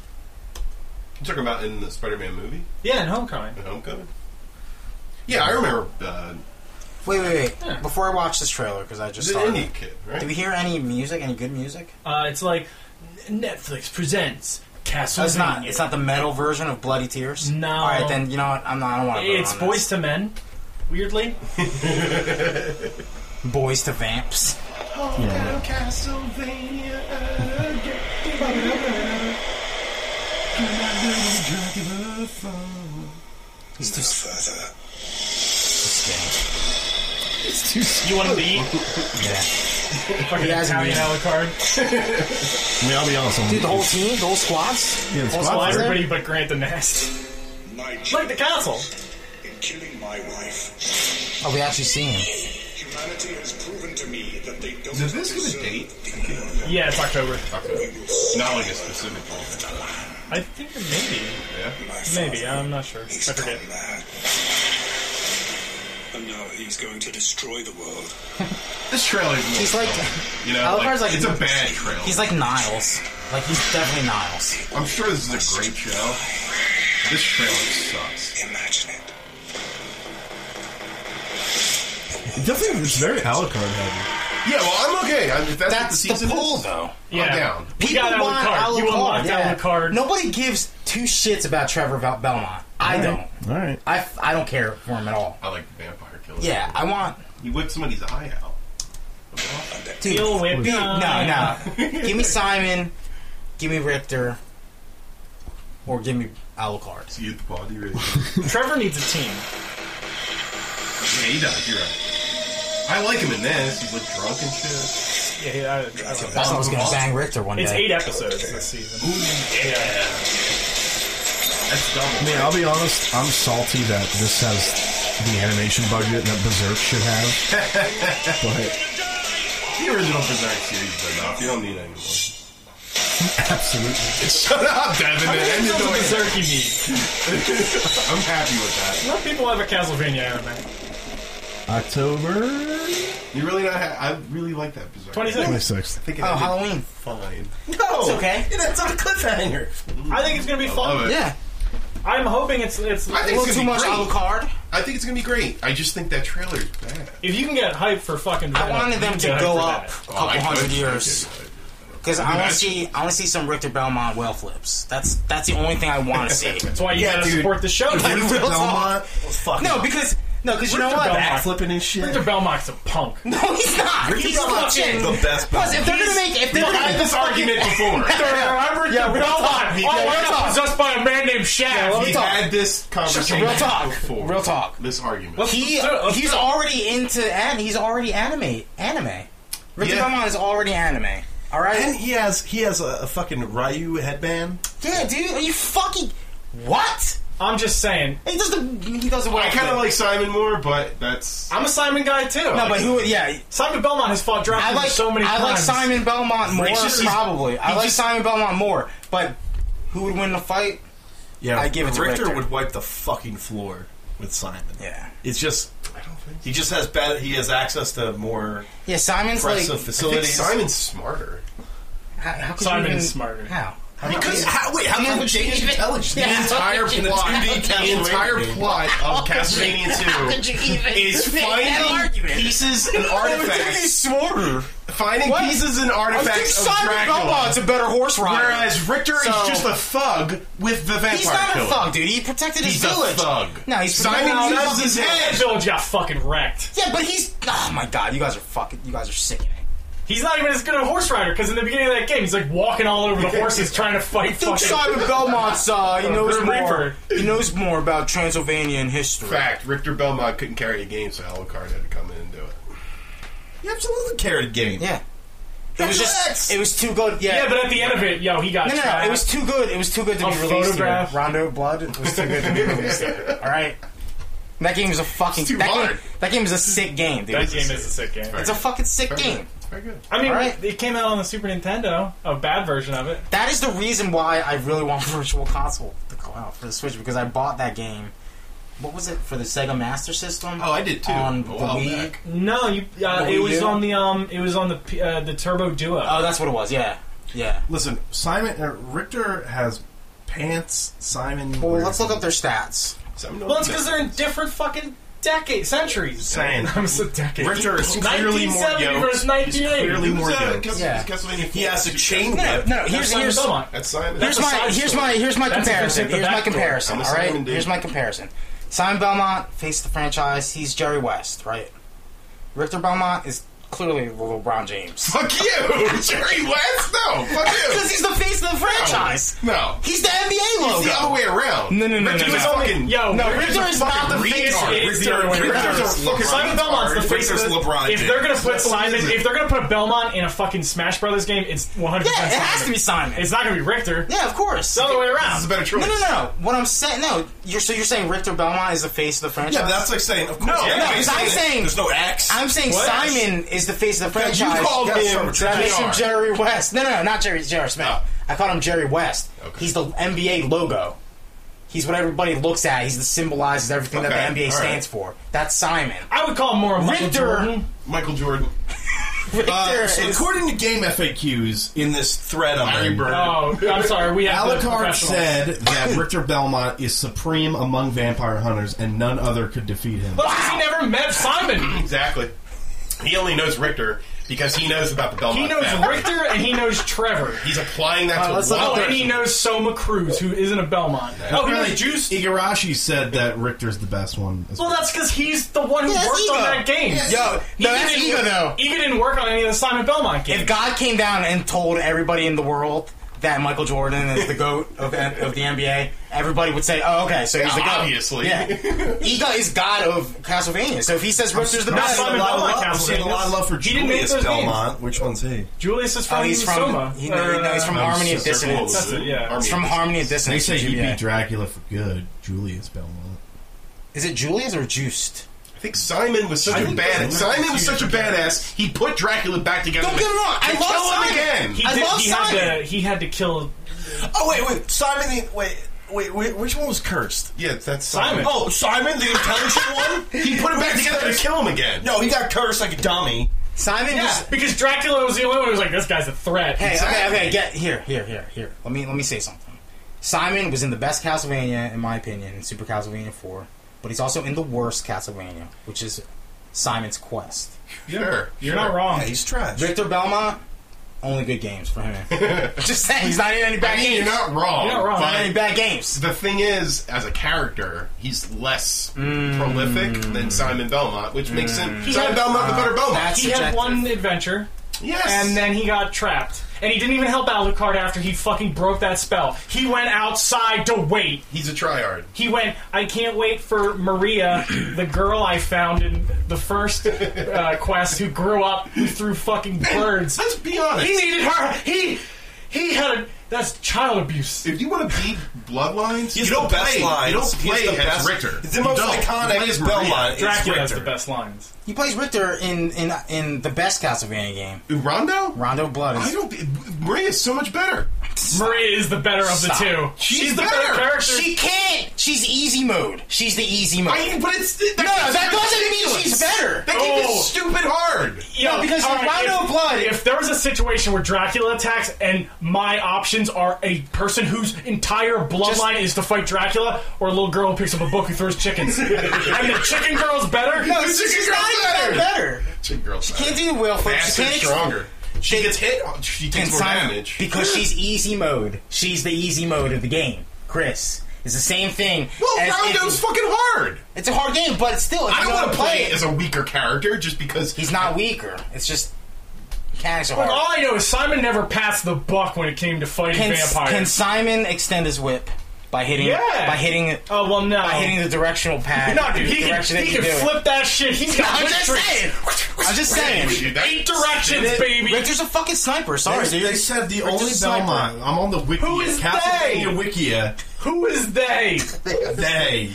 you talking about in the Spider-Man movie, yeah, in Homecoming. in Homecoming. Yeah, I remember. Uh, Wait, wait, wait! Yeah. Before I watch this trailer, because I just the saw it. Indian kid, Did right? we hear any music? Any good music? Uh, it's like Netflix presents Castle. it's not. It's not the metal version of Bloody Tears. No. All right, then you know what? I'm not. I don't want to. It's boys to men. Weirdly, boys to vamps. He's too Further. skinny. you want him to eat? Yeah. Fucking guys are Italian mean. a la carte. I mean, I'll be honest. I'm- Dude, the whole team, the whole squads. Yeah, the whole squad's Well, squad's there? everybody but Grant the Nest. My Like the console. in killing my wife. Oh, we actually see him. Humanity has proven to me that they don't Does this give a date? Yeah, it's October. Not like a specific one. I think maybe, Yeah. maybe I'm not sure. I He's forget. gone mad. And now he's going to destroy the world. This trailer's a little He's like, You know, Alucard's like, like- it's a bad trailer. he's like Niles. Like he's definitely Niles. I'm sure this is a great show. This trailer sucks. Imagine it. It definitely was very Alucard heavy. Yeah, well, I'm okay. I, if that's, That's what the the season pull, is, though. Yeah. I'm down. We got Alucard. You unlocked yeah. Alucard. Nobody gives two shits about Trevor Bel- Belmont. I don't. All right. I, I don't care for him at all. I like the vampire killer. Yeah, I want. You whip somebody's eye out. Dude, Bill Whip. be- no, no. give me Simon. Give me Richter. Or give me Alucard. You the body really. yeah, Trevor needs a team. he does. You're right. I like him in this. He's like drunk and shit. Yeah, yeah I, I like that. That's why I was gonna bang Richter one It's day. eight episodes this season. That's double. Man, I'll be honest. I'm salty that this has the animation budget that Berserk should have. but The original Berserk series is enough. You don't need any more. Shut absolutely, up, Devin. That's End it the what way- Berserk you need. I'm happy with Let people have a Castlevania anime. October that. You really not? Ha- I really like that Berserk. 26. twenty sixth. I think it Oh, ended Halloween. Fine. No, It's okay. That's on Oh, a cliffhanger. I think it's gonna be I fun. love it. Yeah. I'm hoping it's it's. I A think little it's too gonna be much great. Alucard. I think it's gonna be great. I just think that trailer is bad. If you can get hype for fucking, I Venom, wanted them you to get hype go for up a that. Oh, couple hundred years because I want Imagine. to see I want to see some Richter Belmont whale flips. That's that's the only thing I want to see. That's why you gotta support the show. Like, Richter real Belmont talk. was fucking No, because no, because you know Richter what? Belmont. back flipping his shit. Belmont's a punk. No, he's not. he's Belmont's fucking the best Plus, if they're gonna make if they're gonna make this argument before. Remember Yeah, the real talk. Belmont? He- Oh, yeah, we're real not talk. possessed by a man named Shaft. let We me talk. had this conversation real talk. before. Real talk. This argument. He he's already into and he's already anime anime. Richter Yeah. Belmont is already anime. All right. And he has he has a, a fucking Ryu headband. yeah, dude. Are you fucking what? I'm just saying. He does the he does the I kind of like Simon more, but that's I'm a Simon guy too. no, but who? Yeah, Simon Belmont has fought I Dracula like so many I times. like Simon Belmont more. He's just- he's- probably, I he like just- Simon Belmont more. But who would win the fight? Yeah, I give it to Richter, Richter. would wipe the fucking floor with Simon. Yeah, It's just he just has better. He has access to more yeah. Simon's like impressive I think facilities. Simon's smarter. how, how could you Simon even- is smarter. How? How Because could you- how, wait, how Yeah. can Jake Yeah. intelligence? The Yeah. entire Yeah. plot, Yeah. the entire Yeah. plot of How could Castlevania you even Two is make that finding argument? pieces and artifacts, smarter. finding What? pieces and I think artifacts of Simon Belmont's a Dracula. better horse rider. Whereas Richter So- is just a thug with the vampire he's not killer. a thug, dude. He protected his He's a village. thug. No, he's Simon no, uses that's- his head. That village got fucking wrecked. Yeah, but he's. Oh my god, you guys are fucking. You guys are sickening. He's not even as good a horse rider because in the beginning of that game, he's like walking all over the horses trying to fight Dude, fucking. Simon Belmont's. Uh, he knows Grim more. Reaper. He knows more about Transylvanian history. Fact: Richter Belmont couldn't carry the game, so Alucard had to come in and do it. he absolutely carried game. Yeah. It was just. It was too good. Yeah. Yeah, but at the end of it, yo, he got no, no, no. trapped. It was too good. It was too good to A be released here. photograph. Rondo Blood. It was too good to be released here. All right. That game is a fucking. It's too that, hard. Game, that game is a sick game, dude. that game is a sick game. It's a fucking sick game. Very good. I mean, Alright. it came out on the Super Nintendo, a bad version of it. That is the reason why I really want Virtual Console to come out for the Switch because I bought that game. What was it for the Sega Master System? Oh, I did too. On a the while Wii. back. No, you. Uh, The it Wii was U? on the um. It was on the P- uh, the Turbo Duo. Oh, that's what it was. Yeah, yeah. Listen, Simon uh, Richter has pants. Simon. Well, let's look up their stats. So I'm not- well, it's because they're in different fucking decades, centuries. Saying. I'm so decades. Richter is clearly more 1970 yoked. versus 1980. Clearly more Who's that? yoked. Cas- Yeah. Castlevania He has a four. chain No, no, whip. no. Here's That's Simon here's Belmont. That's here's Simon. That's a my side here's story. my here's my That's a comparison. percent the Here's my back door. comparison. I'm a All right. Simon dude. Here's my comparison. Simon Belmont faced the franchise. He's Jerry West, right? Richter Belmont is clearly LeBron James Fuck you, Jerry West. No, fuck because you. he's the face of the franchise. No, He's the NBA logo. it's the other way around. No, no, no, Richter's no, a no. fucking Yo, No, Richter- Richter is not the fucking face. retard. It is Richter's the other way Richter's around. a fucking Simon Belmont's the retard. face of Richter's the- LeBron If James. they're gonna put Simon, if they're gonna put Belmont in a fucking Smash Brothers game, it's 100. Yeah, it has to be Simon. It's not gonna be Richter. yeah, of course. It's the other way This is around. a better no, choice. no, no, no. What I'm saying, no. You're so you're saying Richter Belmont is the face of the franchise. Yeah, but that's like saying of course. No, yeah, no, he's because I'm saying- there's no X. I'm saying What? Simon is the face of the franchise. you called That's him arbitrary. Jerry. Mason Jerry West. No, no, no, not Jerry Jerry Smith. Oh. I called him Jerry West. Okay. He's the NBA logo. He's what everybody looks at. He's the symbolizes everything Okay, that the NBA all right. stands for. That's Simon. I would call him more of Michael Richter- Jordan. Michael Jordan. Richter Uh, so is- according to Game FAQs in this thread on Larry Bird. Oh, I'm sorry. We have the Alucard professionals. said that Richter Belmont is supreme among vampire hunters, and none other could defeat him. But because he never met Simon. Exactly. He only knows Richter because he knows Uh, about the Belmont. He knows family. Richter and he knows Trevor. He's applying that let's to look one Oh, at and he person. knows Soma Cruz, who isn't a Belmont. Oh, he knows Juice. Igarashi said that Richter's the best one. as Well, that's because he's the one who Yeah, that's worked on ego. that game. Yo, no, that's didn't- ego though. Ego didn't work on any of the Simon Belmont games. If God came down and told everybody in the world that Michael Jordan is the goat of, of the NBA, everybody would say, "Oh, okay, so he's the goat." Obviously. yeah. Ego is God of Castlevania. So if he says Richter's the Not best, Simon a lot of Belmont love- I'm counts seeing a lot of love for He didn't make Julius those games. Belmont. Which one's he? Julius is from, oh, he's from Soma. he, Or, no, he's from uh, Harmony of Circle of Dissonance. That's it, yeah. It's from Harmony of They Dissonance. say he yeah. beat Dracula for good. Julius Belmont. Is it Julius or Juiced? I think Simon was such I a think badass. that's- Simon was such a badass. He put Dracula back together. Don't get me wrong, I To love kill Simon. Uh, him He, again. I did, love he Simon. had to. He had to kill Oh wait, wait, Simon. The, wait, wait, wait, which one was cursed? Yeah, that's Simon. Oh, Oh, Simon, the intelligent one. he put him back together to kill him again. No, he got cursed like a dummy. Simon Yeah, was. because Dracula was the only one who was like, "This guy's a threat." Hey, uh, okay, okay, get here, here, here, here. Let me let me say something. Simon was in the best Castlevania, in my opinion, in Super Castlevania Four, but he's also in the worst Castlevania, which is Simon's Quest. Sure, You're not wrong. Yeah, Oh, he's trash. Victor Belmont, only good games for him. Just saying, he's not in any I bad mean, games. you're not wrong. You're not wrong. but Not in any bad games. the thing is, as a character, he's less prolific than Simon Belmont, which makes him Simon had- Belmont the better Belmont. that's- he had subjective. one adventure, Yes, and then he got trapped. And he didn't even help Alucard after he fucking broke that spell. He went outside to wait. he's a tryhard. He went, I can't wait for Maria, the girl I found in the first uh, quest who grew up who threw fucking birds. Let's be honest. He needed her. He he had a That's child abuse. If you want to beat Bloodlines, He's you don't the best play. lines. You don't He's play the as best- Richter. He's the You most don't. iconic You play as is Maria. Belmont. It's Dracula has the Richter. best lines. He plays Richter in in in the best Castlevania game. Rondo. Rondo Blood. I Is, don't. Maria's so much better. Maria is the better of the Stop. two. She's the better better. character. she can't. She's easy mode. She's the easy mode. I, but it's that, no, that doesn't mean she's better. That game Oh. is stupid hard. Yo, No, because all in Rhino if, Blood- If there was a situation where Dracula attacks and my options are a person whose entire bloodline is to fight Dracula, or a little girl who picks up a book who throws chickens, and the chicken girl's better. no, she's, Chicken she's Girl's not even that better. Chicken girl's better. Can't do the will flip. She Faster, can't stronger. She gets hit. oh, She takes and more Simon, damage. because she's easy mode. She's the easy mode of the game. Chris it's the same thing. well, as if Rondo's you- fucking hard. It's a hard game, but it's still. If I you don't want to play it. as a weaker character just because He's not weaker. It's just mechanics are Like, all hard. I know is Oh, Simon never passed the buck when it came to fighting Can, can vampires. Simon extend his whip by hitting? Yeah. By hitting. oh well, no. by hitting the directional pad. no, dude, the he can, direction that he you can do it. flip that shit. He's got I'm whip just tricks. saying. I'm just saying. Dude, that- Eight directions, That- baby. Richter's a fucking sniper. Sorry, They, dude. they said the Richter's only a sniper. Belmont. I'm on the wiki. Who is Castlevania they? Wikia. Who is they? They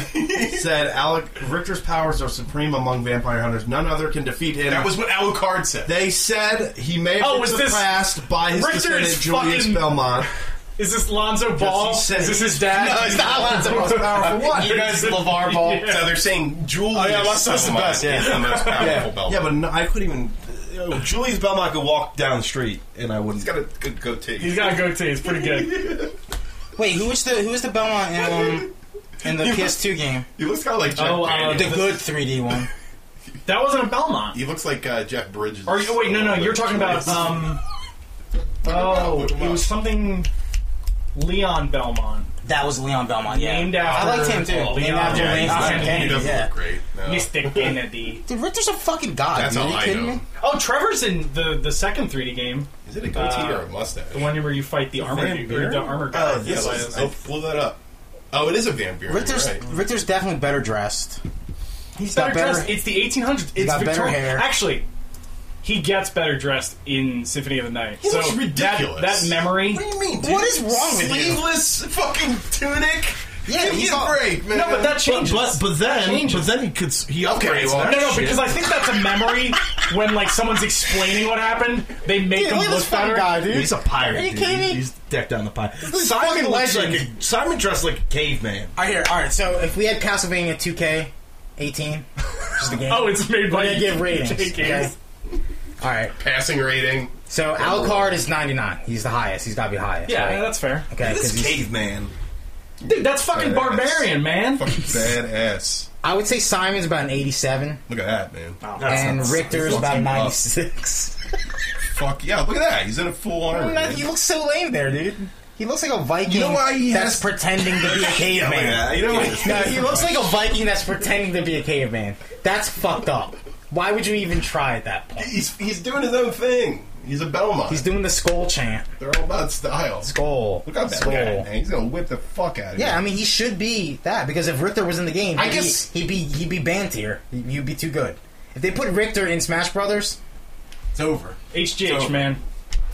said Alec Richter's powers are supreme among vampire hunters. None other can defeat him. that was what Alucard said. They said he may have Oh, been was this- surpassed by his Richter is descendant Julius fucking- Belmont. Is this Lonzo Ball? Is said- this his dad? No, it's not Alonzo. Most powerful one. You guys, LeVar Ball. So they're saying Julius Oh, yeah, that's- that's the Belmont best, yeah. is the most powerful Belmont. Yeah, but no, I couldn't even. Uh, Julius Belmont could walk down the street and I wouldn't. he's got a good goatee. He's got a goatee. It's pretty good. Wait, who is the who is the Belmont in, um, in the PS2 game? he looks kind of like Jeff. Oh, uh, Daniels. The good 3D one. That wasn't a Belmont. he looks like uh, Jeff Bridges. Or oh, wait, no, no, you're talking about um. Oh, it was something. Leon Belmont. That was Leon Belmont. Yeah, Named after- I liked him too. Oh, named Leon. after Yeah, Yeah, he's he's Leon not- not, he Kennedy. he doesn't yeah. look great. No. Mr. Kennedy. Dude, Richter's a fucking god. That's dude. all Are you I kidding know. me? Oh, Trevor's in the the second 3D game, Is it a goatee Uh, or a mustache? the one where you fight the armor dude, or the armor guy. Oh, yeah, yes. let's- Uh, I'll blow that up. Oh, it is a Van Buren. Richter's Right. Richter's definitely better dressed. He's got better, better- dressed. It's the 1800s. It's got better Victorian. hair. Actually, he gets better dressed in Symphony of the Night. He so looks that- ridiculous. That, memory. What do you mean? Dude? What is wrong with you? Sleeveless fucking tunic. Yeah, Give me he's a all- break, man. No, but that changes. then, Changes. then he could. He Okay, well, No, no, because I think that's a memory when like someone's explaining what happened. They make Dude, them look at look this fucking better. guy, dude. He's a pirate. Are you dude. kidding me? He's, he's decked down the pirate. fucking Simon looks like legend. a, Simon dressed like a caveman. All right, here. All right. So if we had Castlevania 2K18, which is the game. Oh, it's made by We're gonna give ratings. JK. Okay. All right. passing rating. So Alucard is 99. He's the highest. He's got to be highest. Yeah, right? that's fair. okay. 'cause This he's- caveman. Dude, that's fucking Badass. barbarian, man. Fucking badass. I would say Simon's about an 87, Look at that, man. Oh. and sounds- Richter's about fucking a rough. 96. Fuck yeah! Look at that. He's in a full armor. man. Oh, he looks so lame there, dude. He looks like a Viking You know why he has- that's pretending to be a caveman. Yeah, Oh, you know what? No, he looks like a Viking that's pretending to be a caveman. That's fucked up. Why would you even try at that point? He's he's doing his own thing. He's a Belmont. He's doing the skull chant. They're all about style. Skull. Look at that skull. guy, man. He's gonna whip the fuck out of you. Yeah, I mean he should be that because if Richter was in the game, I he'd, guess- be, he'd be he'd be banned here. He- You'd be too good. If they put Richter in Smash Brothers, it's over. HGH, man.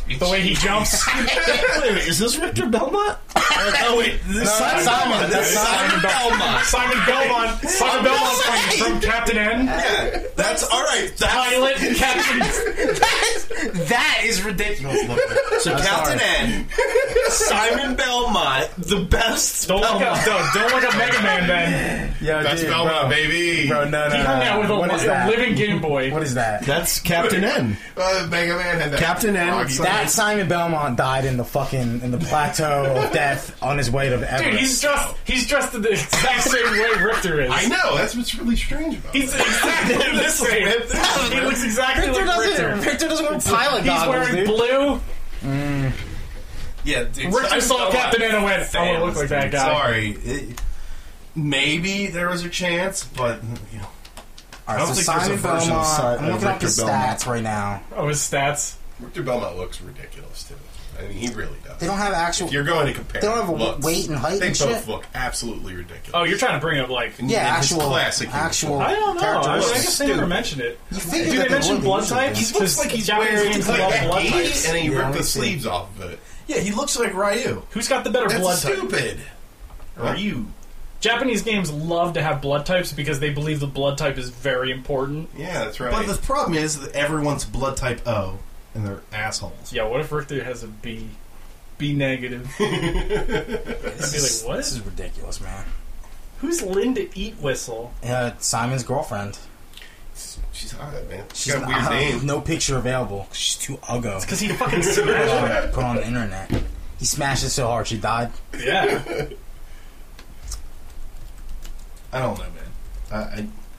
The way he jumps. Wait a minute, is this Richter Belmont? oh wait, this is that's Simon. That's Simon Belmont. Simon Belmont. Simon Belmont from, from Captain N. Yeah, that's all right. That's, Pilot, Captain. that is ridiculous. so Captain N, Simon Belmont, the best. Don't look Belmont. up, don't, don't look up Mega Man, man. Yo, That's Belmont, baby. Bro, no, He no, hung out no. with Uh, what is a, a that? living Game Boy. What is that? That's Captain N. Uh, Mega Man had that. Captain N. Froggy- That Simon Belmont died in the fucking in the plateau of death on his way to Dude, he's Everest. dressed. He's dressed in the exact same way Richter is. I know. That's what's really strange about. He's it. exactly the same. He looks exactly Richter like doesn't. Richter. Richter doesn't wear pilot He's goggles, wearing dude. blue. Yeah, dude, Richter Simon saw Belmont. Captain N and went, I want to look like that guy. Sorry. It- maybe there was a chance, but you know, All I don't think right, so there's a Simon version of Belmont. Si- I'm of looking up Richter his Belmont. stats right now. Oh, his stats. Richter Belmont looks ridiculous too. I mean, he really does. They don't have actual. If you're going to compare. They don't have a looks, weight and height They and both shit? look absolutely ridiculous. Oh, you're trying to bring up like. Yeah, in his actual classic actual. uniform. I don't know. I, mean, I guess they never Stupid. mentioned it. You Do figured they that mention would be blood useful. type? He looks like he's Japanese wearing games like love a blood cape, types. and then he Yeah, ripped let me the see. sleeves off of it. Yeah, he looks like Ryu. Who's got the better That's blood type? stupid. Are you? Japanese games love to have blood types because they believe the blood type is very important. Yeah, that's right. But the problem is that everyone's blood type O, and they're assholes. Yeah, what if Richter has a B? B negative. I'd be like, This what? is ridiculous, man. Who's Linda Eatwhistle? Uh, Simon's girlfriend. She's hot, man. She's She's got a an- weird uh, name. No picture available. She's too uggo. Because he fucking smashed. Uh, Put on the internet. He smashed it so hard she died. yeah. I don't know, man. I, I,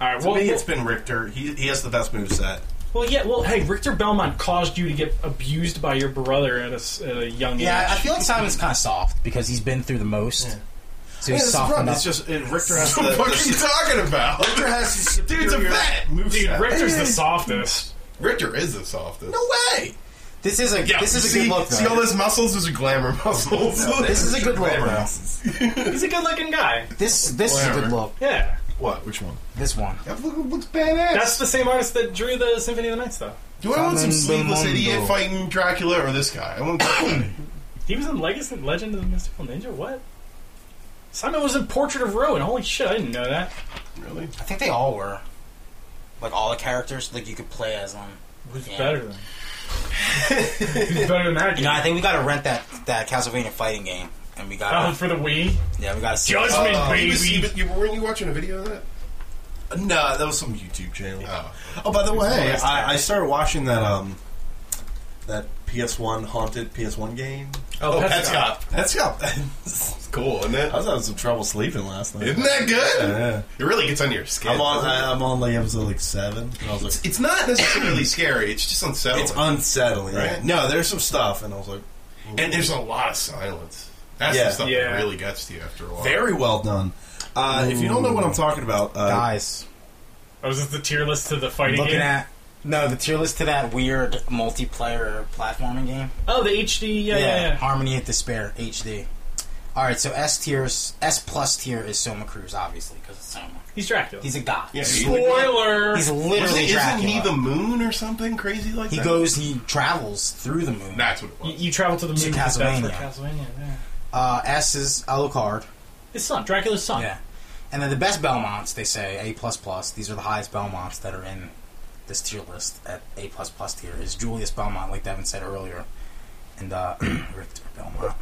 All right. to Well, me, well- it's been Richter. He, he has the best moveset. well, yeah. Well, hey, Richter Belmont caused you to get abused by your brother at a, s- at a young Yeah, I age. feel like Simon's kind of soft because he's been through the most. So Yeah, he's that's the soft problem. enough. It's just it, Richter has the, What the fuck are you the, talking about? Richter has the Dude's a superior vet. moveset. Dude, Richter's the softest. Richter is the softest. No way. this is a this is a see, good look. See though. all those muscles? Those are glamour muscles. this is a good look. though. He's a good-looking guy. This this is a Whatever. good look. Yeah. what? Which one? This one. That look, looks badass. That's the same artist that drew the Symphony of the Night stuff. Do I want some Simon sleeveless idiot Belmondo. fighting Dracula or this guy? I want. He was in Legacy Legend of the Mystical Ninja. What? Simon was in Portrait of Ruin. Holy shit, I didn't know that. really? I think they all were. Like all the characters, like you could play as um, them. Who's Yeah. better than? Who's better than that? You know, I think we gotta rent that that Castlevania fighting game, and we Oh, gotta Um, for the Wii. yeah, we gotta see. Judgment, Uh, you was- you, baby. you- weren't you watching a video of that? No, that was some YouTube channel. Oh. Oh, by the way, Nice. I, I started watching that um that PS1 haunted PS1 game. Oh, Petscop. That's yeah. It's cool, isn't it? I was having some trouble sleeping last night. Isn't that good? Yeah. It really gets under your skin. I'm on. doesn't it? I, I'm on like episode like seven. And I was like, it's not necessarily scary. It's just unsettling. it's unsettling. yeah. Right. No, there's some stuff, and I was like, and there's a lot of silence. That's Yeah. the stuff Yeah. that really gets to you after a while. very well done. Uh, if you don't know what I'm talking about, uh, Guys, Oh, is this the tier list to the fighting looking game? at no the tier list to that weird multiplayer platforming game. oh, the HD. Yeah, yeah, yeah. Harmony of Despair HD. All right, so S tiers, S plus tier is Soma Cruz, obviously, because it's Soma. He's Dracula. He's a god. Yeah, he's, he- Spoiler. literally Wasn't- isn't Dracula. he the moon or something crazy like He that? goes, he travels through the moon. That's what it was. you, you travel to the moon. To with that for Castlevania. Castlevania. Yeah. Uh, S is Alucard. His son, Dracula's son. Yeah. And then the best Belmonts, they say A plus plus. These are the highest Belmonts that are in this tier list at A plus plus tier. Is Julius Belmont, like Devin said earlier, and uh, Richter Belmont.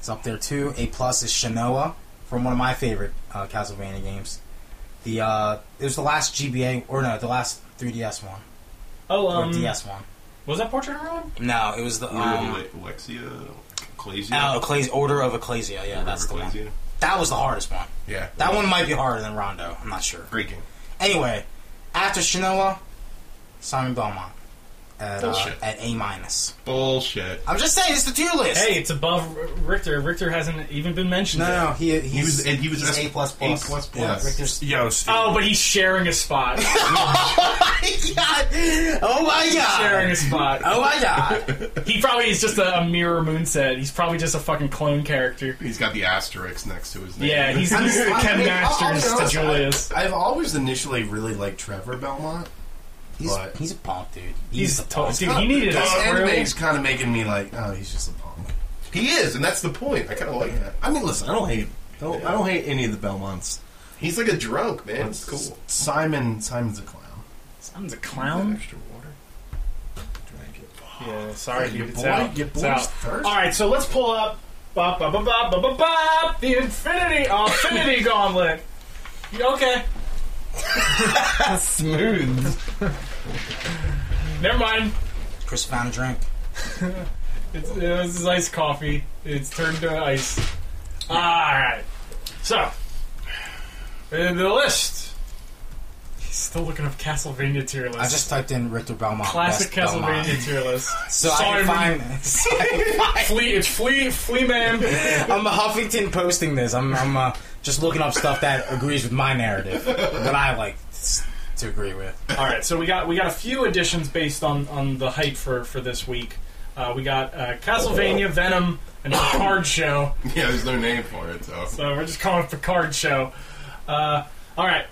It's up there too. A plus is Shinoa from one of my favorite uh, Castlevania games. The uh, it was the last GBA or no, the last 3DS one Oh, or um, DS one. was that Portrait of Ruin? No, it was the um, Weird Ale- Alexia, Ecclesia, uh, Ecclesi- Order of Ecclesia. Yeah, that's the one. Ecclesia. That was the hardest one. Yeah, That one might be harder than Rondo. I'm not sure. Great game. Anyway, after Shinoa, Simon Belmont at, uh, Bullshit. at A minus. Bullshit. I'm just saying, it's the tier list. Hey, it's above R- Richter. Richter hasn't even been mentioned. No, yet. no, he he's, He was and he was he's S- A plus plus. A plus Yeah, plus. Richter's- yo, Steve. Oh, but he's sharing a spot. God. Oh my sharing god! a spot. Oh my god! He probably is just a, a mirror moonset. He's probably just a fucking clone character. He's got the asterisk next to his name. Yeah, he's, I'm he's just- I- I Ken mean, I'll- I'll Masters be to honest, I- Julius. I've always initially really liked Trevor Belmont. He's, But- he's a punk, dude. He's, a to- punk. dude. He needed a This squirrel. anime's kind of making me like, oh, he's just a punk. he is, and that's the point. I kind of like that. I mean, listen, I don't hate, don't, I don't hate any of the Belmonts. He's like a drunk man. It's cool. Simon, Simon's a clown. Simon's a That clown. extra water. Yeah, sorry, dude. your It's boy- out. your It's boy's out. thirsty. All right, so let's pull up. Bop, bop, bop, bop, bop, bop, bop, the Infinity uh, Infinity Gauntlet. You- Okay, Smooth. never mind. Chris found a drink. It's, uh, this is iced coffee. It's turned to ice. All right. So, in the list. He's still looking up Castlevania tier list. I just typed in Richter Belmont. Classic best Castlevania Belmont. tier list. So Sorry, I man. can find. Flea, it's Flea, Flea Man. I'm a Huffington posting this. I'm, I'm uh, just looking up stuff that agrees with my narrative that I like s- to agree with. All right, so we got we got a few additions based on on the hype for for this week. Uh, we got uh, Castlevania, Venom, and Picard show. Yeah, there's no name for it, so. So we're just calling it Picard show. Uh, all right,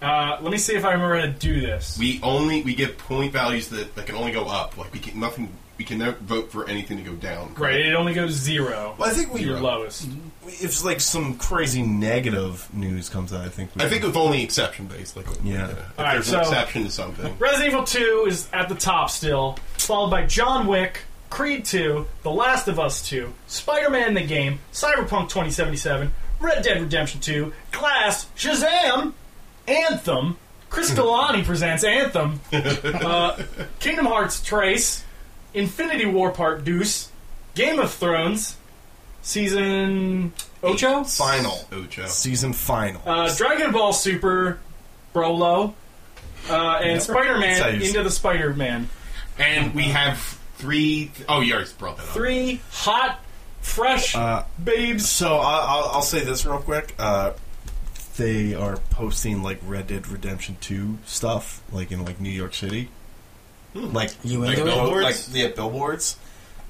uh, let me see if I remember how to do this. We only we give point values that, that can only go up. Like we can, nothing we can never vote for anything to go down. Right, it only goes zero. Well, I think we- your lowest. If like some crazy negative news comes out, I think we I think with only exception based, like Yeah. if Alright, there's so- an exception to something. Resident Evil 2 is at the top still, followed by John Wick, Creed 2, The Last of Us 2, Spider Man the Game, Cyberpunk 2077, Red Dead Redemption 2, Glass, Shazam, Anthem, Chris Galani presents Anthem, uh, Kingdom Hearts Trace, Infinity War Part Deuce, Game of Thrones, Season Ocho? Final Ocho. season final. Uh, Dragon Ball Super, Brolo, uh, and Spider That's how Man you into the Spider Man. And we have three oh you already brought that up. Three hot, fresh Uh, babes. So I, I'll, I'll say this real quick. Uh, they are posting like Red Dead Redemption Two stuff, like in like New York City, Hmm. like You like, into it? bill- like yeah, billboards.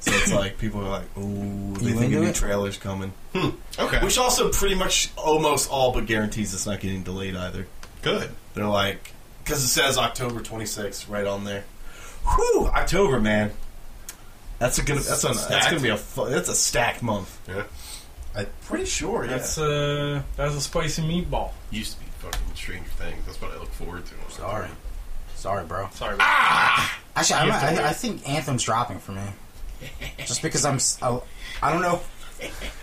So it's like people are like, "Ooh, they think into a new it? trailer's coming," Okay. which also pretty much almost all but guarantees it's not getting delayed either. good. They're like, because it says October 26th right on there. Whew, October, man. That's a good. That's a, that's Stacked. gonna be a. fu- That's a stacked month. Yeah. I'm pretty sure. Yeah. That's uh, that's a spicy meatball. Used to be fucking Stranger Things. That's what I look forward to. Sorry. Sorry, bro. Sorry. Ah! Actually, I'm, You have to wait. I, I think Anthem's dropping for me. Just because I'm. s- I, I don't know.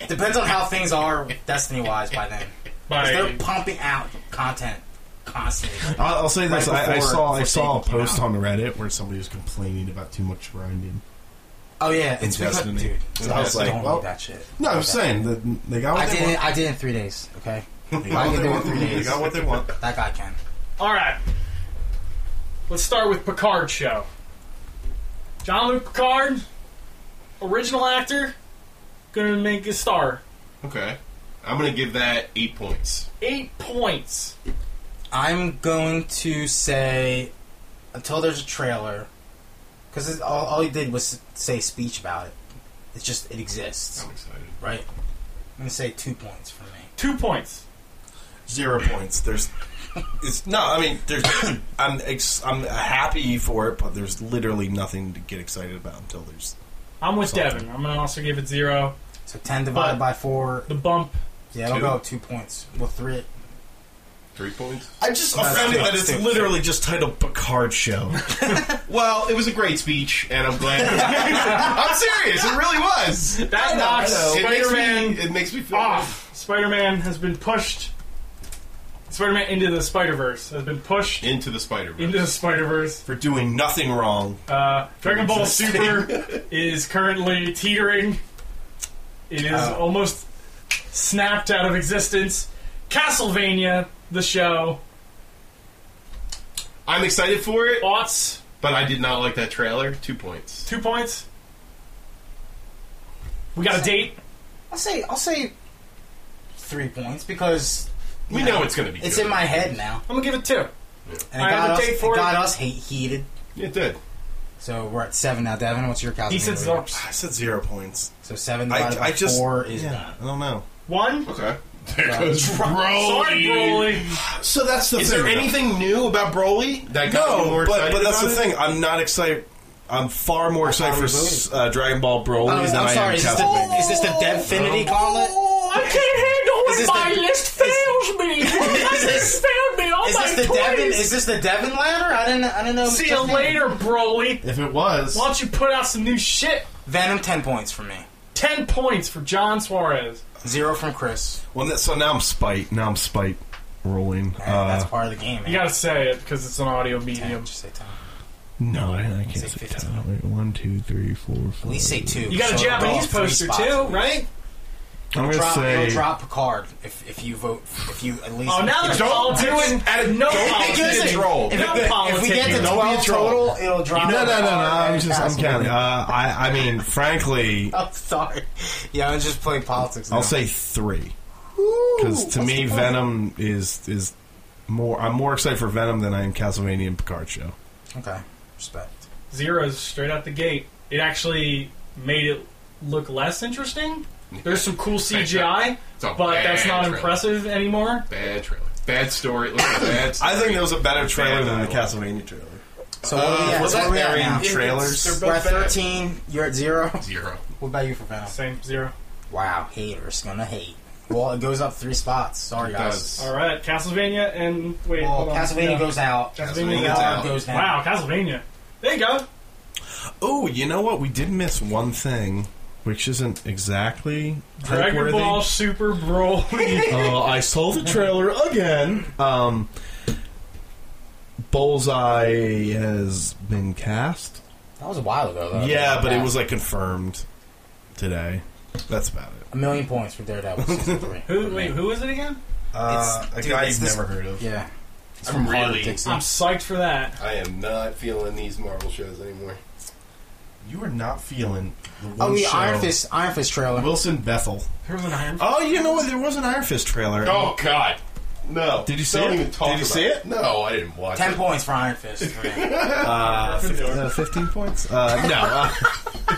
Depends on how things are Destiny wise by then. 'Cause They're Bye. pumping out content constantly. I'll, I'll say this: Right I, I before- saw I before saw a Satan came post out. on Reddit where somebody was complaining about too much grinding. Oh, yeah. It's In because, Destiny. dude. So I was don't like, read well- that shit. No, I'm saying that they got I what they did, want. it, I did it in three days, okay? They I got what did it they in want. three They days. got what they want. That guy can. All right. Let's start with Picard show. John Luke Picard, original actor, gonna make a star. Okay. I'm gonna give that eight points. Eight points. I'm going to say until there's a trailer, because all, all he did was say speech about it. It's just it exists, I'm excited. right? I'm gonna say two points for me. Two points. Zero points. There's. It's no. I mean, there's. I'm ex, I'm happy for it, but there's literally nothing to get excited about until there's. I'm with Something. Devin. I'm gonna also give it zero. So ten divided But- by four, The bump yeah, it'll Two? go two points. Well, three. Three points? I just That's offended good. that it's That's good. literally just titled Picard Show. Well, it was a great speech, and I'm glad. I'm serious. It really was. That knocks It makes Spider me- Man It makes me feel off. Spider Man has been pushed. Spider Man into the Spider Verse has been pushed into the Spider into the Verse. Spider Verse. for doing nothing wrong. Uh, Dragon Ball Super is currently teetering. It is almost snapped out of existence. Castlevania, the show. I'm excited for it, Aughts, but I did not like that trailer. Two points. two points. We got a date. I'll say I'll say three points because We you know it's gonna be It's good. in my head now, I'm gonna give it two. and it I have got a us, date it for it. got us he- heated. It did. So we're at seven now. Devin, what's your He calculation? said zero. I said zero points. So seven I- divided by I just- four is Yeah, done. I don't know. One. Okay. There goes Broly. Sorry, Broly. So that's the Is there anything new about Broly that got you No, more but, excited but that's the about it? thing. I'm not excited. I'm far more excited for s- uh, Dragon Ball Broly Oh, than I'm I sorry. am Is this, the, Castlevania. is this the Devfinity gauntlet? Oh, I Is this can't handle when the- my list fails me. My Is this- list failed me. Oh Is my this the Devin? please. Is this the Devin ladder? I didn't. I didn't know. it was See you just him. later, Broly. If it was, Why don't you put out some new shit? Venom, ten points for me. Ten points for John Suarez. Zero from Chris. well, that- so now I'm spite. Now I'm spite rolling. Man, that's Uh, part of the game. Man. You gotta say it because it's an audio medium. just say ten. no, I, I can't Say say 15. ten. Wait, One, two, three, four, At five. least say two. You got a So it'll go Japanese up three poster spots. too, right? I'm gonna Drop, say you'll drop Picard if if you vote if you at least. Oh, now they're Don't- all doing no Because politics. it- troll. If, No it- if we politics. get to Don't twelve total, it'll drop. No, no, no, no. Picard I'm and just, I'm Castlevania. counting. Uh, I, I mean, frankly, I'm sorry. Yeah, I'm just playing politics. I'll now. say three. Because to me, Venom is is more. I'm more excited for Venom than I am Castlevania and Picard show. Okay, respect. zeros straight out the gate. It actually made it look less interesting. There's some cool CGI, It's a but that's bad not trailer. impressive anymore. Bad trailer. Bad story. Look at that. I think that was a better trailer Bad than the dialogue. Castlevania trailer. So what are we Uh, at? was Where that we at very now? interesting? Trailers. They're both We're at bad. 13. You're at zero. Zero. What about you for Venom? Same zero. Wow, haters gonna hate. Well, it goes up three spots. Sorry, It guys. does. All right, Castlevania and wait. Well, hold on. Castlevania No. goes out. Castlevania goes out. goes down. Wow, Castlevania. There you go. Oh, you know what? We did miss one thing, which isn't exactly Dragon hype-worthy. Ball Super Broly. Uh, I saw the trailer again. Um, Bullseye has been cast. That was a while ago, though. yeah, but it Yeah. was like confirmed today. That's about it. a million points for Daredevil season three. who? Wait, who is it again? Uh, a dude, guy it's you've this- never heard of. Yeah, it's I'm from Hard really- Dixon. I'm psyched for that. I am not feeling these Marvel shows anymore. You are not feeling the one Oh, the show. Iron Fist, Iron Fist trailer. Wilson Bethel. There was an Iron. Oh, you know what? There was an Iron Fist trailer. Oh God, no! Did you see Don't it? even talk Did you about see it? No, I didn't watch Ten it. points for Iron Fist. for me. Uh, fif- uh, 15 points? Uh, no. uh,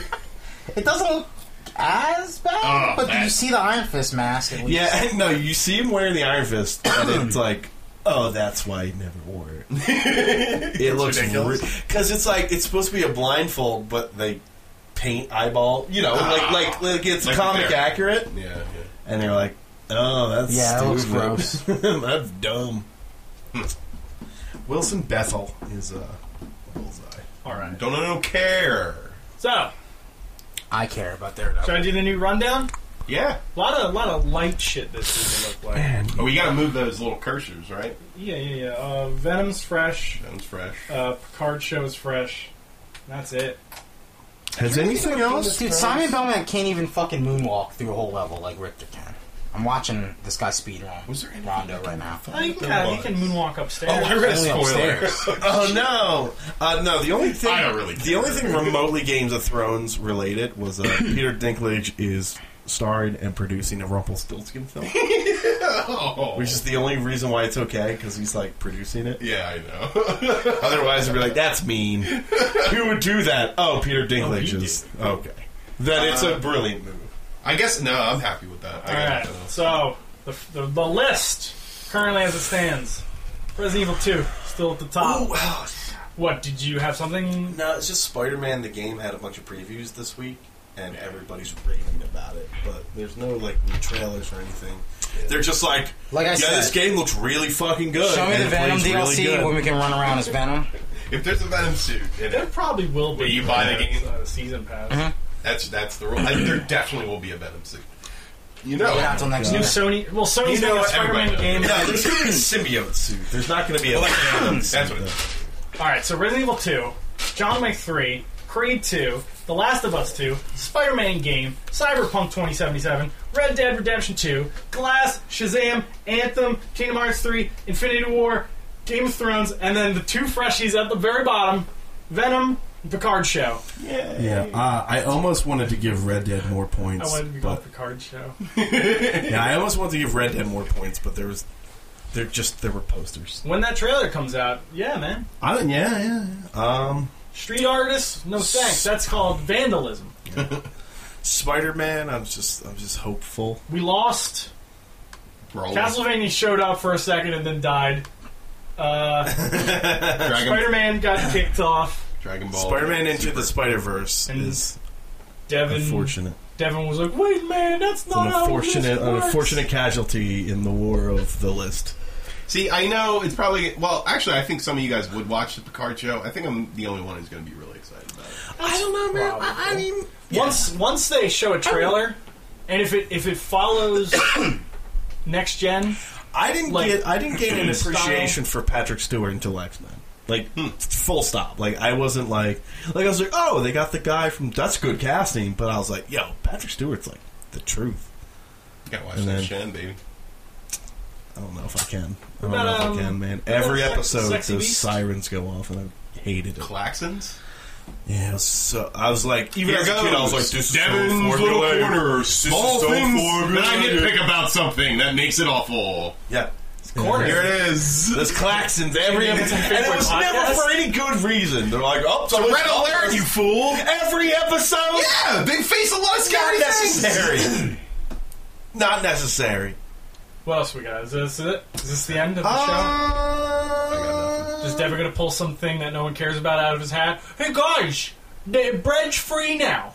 it doesn't look as bad, Oh, but man. you see the Iron Fist mask. At least. yeah, no, you see him wearing the Iron Fist, and it's like, oh, that's why he never wore it. it looks ridiculous. Because it's like, it's supposed to be a blindfold, but they paint eyeball, you know, like, like, like it's Like comic there. accurate. Yeah, yeah. And they're like, oh, that's Yeah, that looks stupid. that's dumb. Wilson Bethel is uh, bullseye. Oh. All right. Don't, I don't care. So, I care about should Daredevil. I do the new rundown? Yeah. A lot of lot of light shit this season looked like. Oh, we got to move those little cursors, right? Yeah, yeah, yeah. Uh, Venom's fresh. That was fresh. Uh, Picard show's fresh. That's it. Has anything else? Dude, Simon Belmont can't even fucking moonwalk through a whole level like Richter can. I'm watching this guy speedrun Was there anything Rondo right now. I think yeah, he can moonwalk upstairs. Oh, I read a Only spoiler. upstairs. Oh no, uh, no. The only thing I don't really the only thing remotely Games of Thrones related was uh, Peter Dinklage is starring and producing a Rumpelstiltskin film, Oh, which is the only reason why it's okay because he's like producing it. yeah, I know. Otherwise, it'd be like that's mean. Who would do that? Oh, Peter Dinklage he Uh, is okay. Then it's a brilliant move. I guess no. I'm happy with that. I All got right. nothing else. So the, the the list currently as it stands, Resident Evil Two still at the top. wow. What did you have something? No, it's just Spider Man. The game had a bunch of previews this week, and everybody's raving about it. But there's no like new trailers or anything. They're just like, Like I yeah, said- this game looks really fucking good. Show me and the it Venom plays really DLC good. where we can run around as Venom. If there's a Venom suit, in There it, probably will be. Will you buy the game? uh, season pass? that's that's the rule. I, there definitely will be a Venom suit. You know, Wait until next New year. Sony. Well, Sony's You making a know what, everybody Spider-Man game. knows. No, there's gonna be a symbiote suit. There's not gonna be a. Venom suit, that's what. It though. is. All right. So Resident Evil Two, John Wick Three, Creed Two, The Last of Us Two, Spider-Man game, Cyberpunk 2077, Red Dead Redemption Two, Glass, Shazam, Anthem, Kingdom Hearts Three, Infinity War, Game of Thrones, and then the two freshies at the very bottom, Venom, Picard Show. Yeah, uh, I almost wanted to give Red Dead more I points, wanted to be but called Picard Show. yeah, I almost wanted to give Red Dead more points, but there was, there just there were posters. When that trailer comes out, yeah, man. I don't- yeah, yeah, yeah. Um, Street artists, no thanks. That's called vandalism. Spider Man, I'm just I'm just hopeful. We lost. Roll. Castlevania showed up for a second and then died. Uh, Dragon, Spider Man got kicked off. Dragon Ball. Spider Man into the Spider Verse And is Devin. unfortunate. Devin was like, "Wait, man, that's It's an not how unfortunate, this an works." unfortunate casualty in the war of the list. See, I know it's probably well. Actually, I think some of you guys would watch the Picard show. I think I'm the only one who's going to be really excited about it. I don't know, man. I, I mean, Once once they show a trailer, and if it if it follows next gen, I didn't Like, get, I didn't gain an style. Hmm. appreciation for Patrick Stewart until X Men. Like full stop. Like I wasn't like, like I was like, oh, they got the guy from that's good casting, but I was like, yo, Patrick Stewart's like the truth. You got to watch And that then- Shen, baby. I don't know if I can. I don't What about, know if um, I can, man. Every about Sex- episode, Sexy those Beast? sirens go off, and I hated it. Claxons. Yeah, it was so I was like, even as a kid, I was like, this is Devin's so little formulaic. corner. Small so things formulaic. that I nitpick about something that makes it awful. Yeah. corner. Here it is. There's klaxons every It's a episode, and it was podcast. never for any good reason. They're like, oh, so Red alert, you fool! every episode. Yeah, they face a lot of not scary things. necessary. not necessary. What else we got? Is this it? Is this the end of the show? Uh, Just ever gonna pull something that no one cares about out of his hat? Hey guys, they- bread's free now.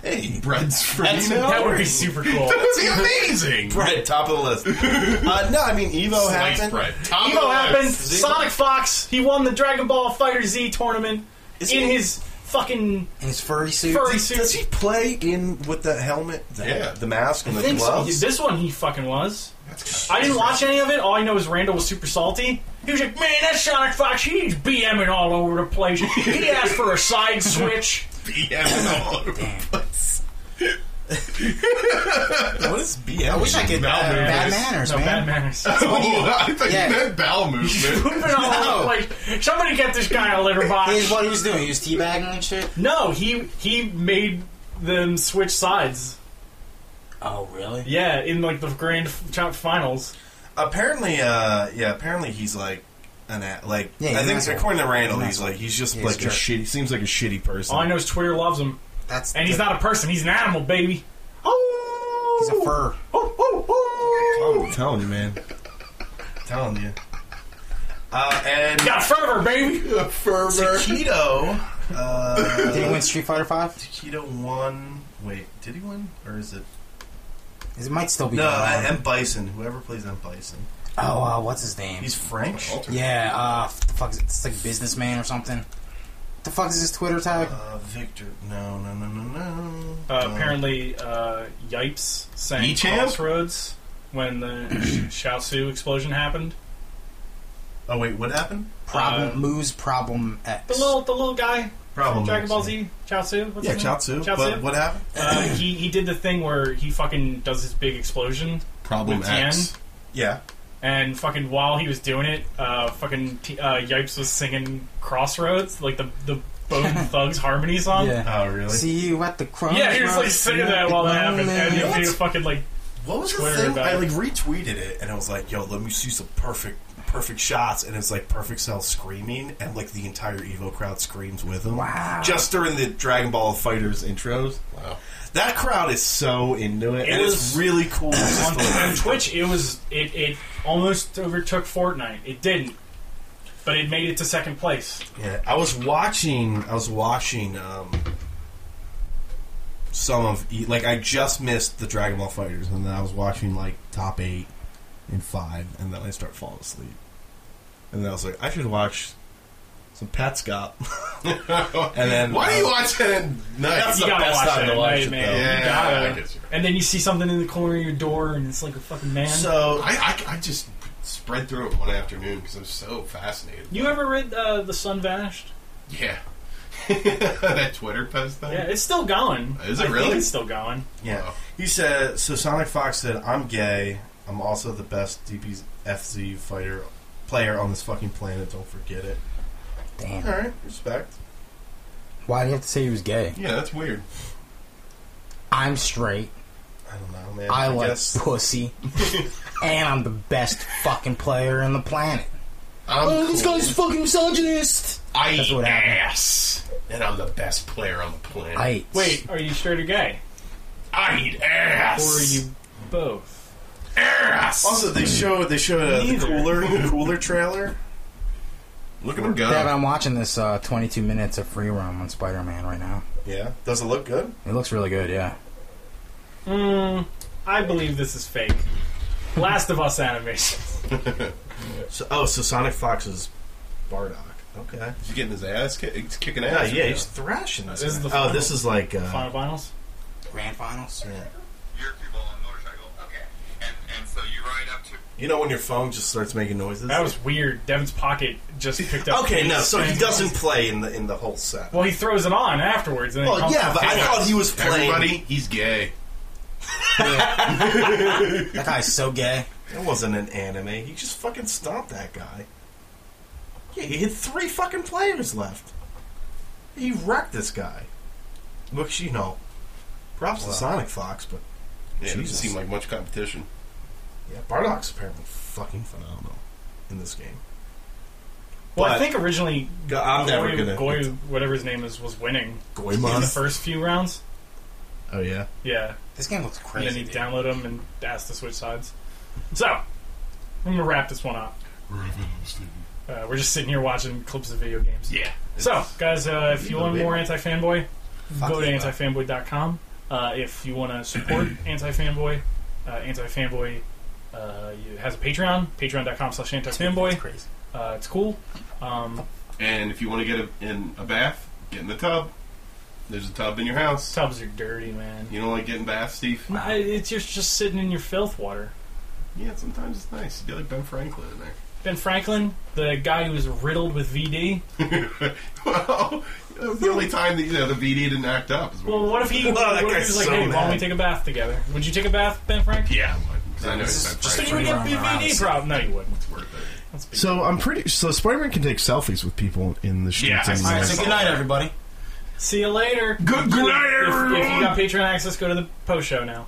Hey, Bread's free now. That would Oh. be super cool. That would be amazing. bread, top of the list. uh, no, I mean Evo Sliced happened. bread. Top of the Evo happened. list. Sonic Fox. He won the Dragon Ball Fighter Z tournament Is in he- his fucking In his furry suit. furry Does, suit. does he play in with the helmet, the, Yeah. the mask, and I the think so. gloves? This one he fucking was. That's I didn't watch any of it. All I know is Randall was super salty. He was like, "Man, that Sonic Fox, he's BMing all over the place. He asked for a side switch." BM all over the place. What is BM? I wish I could. Uh, Bad bad manners. manners, No man. bad manners. Oh, I thought Yeah. you meant bowel movement. Pooping all over the place. Somebody get this guy a litter Here's box. what he was doing. He was teabagging and shit. No, he he made them switch sides. Oh, really? Yeah, in like the grand f- finals. Apparently, uh, yeah. Apparently, he's like an a like. Yeah, I he's think an it's asshole. according to Randall, He's an he's like he's just Yeah, he's like a a jerk. shitty. Seems like a shitty person. All Oh, I know is Twitter loves him, That's and he's the- not a person. He's an animal, baby. Oh, He's a fur. Oh, oh, oh. I'm telling you, man. telling you. Uh, and Got a fervor, baby. Fervor. Taquito. Uh, Did he win Street Fighter Five? Taquito won. Wait, did he win, or is it? It might still be. No, going on. I, M Bison. Whoever plays M Bison, Oh, uh, what's his name? he's French. yeah. Uh, f- the fuck? Is it? It's like businessman or something. The fuck is his Twitter tag? Uh, Victor. No, no, no, no, no. Uh, Um, apparently, uh, Yipes sang Yee-chan? Crossroads when the Shaosu explosion happened. Oh wait, what happened? Problem uh, Moose Problem X. The little, the little guy from Problem. Dragon Ball X, Z, Chaozu. What's Yeah, his name? Chaozu. Chaozu? But what happened? uh, he he did the thing where he fucking does his big explosion Problem with Tien. X. Yeah. And fucking while he was doing it, uh, fucking t- uh, Yipes was singing "Crossroads," like the the Bone Thugs harmony song. Yeah. Oh really? See you at the crossroads. Yeah, he was like singing that while that happened, and he What? made a fucking like What was Twitter the thing? about I it. like retweeted it, and I was like, "Yo, let me see some perfect, perfect shots." And it's like perfect cell screaming, and like the entire Evo crowd screams with him. Wow. Just during the Dragon Ball Fighters intros, Wow. that crowd is so into it, It and was- it's really cool. Just on, the- on Twitch. It was it it almost overtook Fortnite. It didn't, but it made it to second place. Yeah, I was watching. I was watching um, some of E- like I just missed the Dragon Ball Fighters, and then I was watching like top eight and five, and then I start falling asleep. And then I was like, I should watch some Pat Scott. and then Why do you uh, watch that at night? That's you the gotta best watch time that to at watch night, it, man. though. You Yeah, gotta- I guess you're right. And then you see something in the corner of your door, and it's like a fucking man. So I, I, I just spread through it one afternoon because I'm so fascinated. you ever read uh, the Sun Vanished? Yeah. that Twitter post thing? Yeah, it's still going. Is it I think really? it's still going. yeah, Wow. he said. So Sonic Fox said, "I'm gay. I'm also the best DPFZ fighter player on this fucking planet. Don't forget it." All Damn. right, respect. Why do you have to say he was gay? Yeah, that's weird. I'm straight. I don't know, man. I, like guess- pussy, and I'm the best fucking player on the planet. I'm Oh, cool. fucking misogynist. Um, I That's eat what happened. ass, and I'm the best player on the planet. I Wait, are you straight or gay, I eat or ass. are you both? ass? Also, they showed they showed uh, the Neither. cooler the cooler trailer. Look at him Dad, go. I'm watching this uh, 22 minutes of free roam on Spider-Man right now. Yeah, does it look good? It looks really good, yeah. Mm, I believe this is fake. Last of Us animation. So, oh, so Sonic Fox is Bardock. Okay. He's getting his ass kicked. He's kicking Yeah, ass. yeah, he's thrashing this. This is guy. the oh, final- this is like uh, Final finals. Grand finals. your people on motorcycle. Okay. And and so you ride up to you know when your phone just starts making noises. That was weird. Devin's pocket just picked up. okay. No, so he Spins. doesn't play in the in the whole set. Well, he throws it on afterwards. And then Well, comes yeah, but I Anyway. thought he was playing. Everybody, he's gay. That guy's so gay. That wasn't an anime. He just fucking stomped that guy. Yeah, he had three fucking players left. He wrecked this guy. Which, you know, props to Sonic Fox, but Yeah, it doesn't Jesus. seem like much competition. yeah, Bardock's apparently fucking phenomenal in this game. Well, I But- think originally Go- I'm never Goy, gonna- Goy, whatever his name is, was winning in the Goemon. first few rounds. Oh, yeah. Yeah, This game looks and then crazy. he dude. downloaded him and asked to switch sides. So I'm gonna wrap this one up. Uh, we're just sitting here watching clips of video games. Yeah. So, guys, uh, if you want more anti fanboy, go to yeah. antifanboy.com. Uh, if you want to support anti fanboy, uh, anti fanboy uh, you- has a Patreon, patreon.com slash anti fanboy. crazy. Uh, it's cool. Um, And if you want to get a, in a bath, get in the tub. There's a tub in your house. tubs are dirty, man. You don't like getting baths, Steve? Nah, It's just, just sitting in your filth water. Yeah, sometimes it's nice. You get like Ben Franklin in there. Ben Franklin, the guy who was riddled with VD. well, that was the only time that you know the VD didn't act up. is when- Well, what if he, Wow, Oh, what that if he guy's was like, so hey, why don't we mad." take a bath together? Would you take a bath, Ben Franklin? yeah, because I know This it's is Ben just But Franklin. you would get Around the our VD house. problem. No, you wouldn't. It's worth it. That's big. So I'm pretty. So Spider-Man can take selfies with people in the streets. Yeah, I and- see. All right, so good night, everybody. See you later. Good, good night, If, if you everyone. got Patreon access, go to the post show now.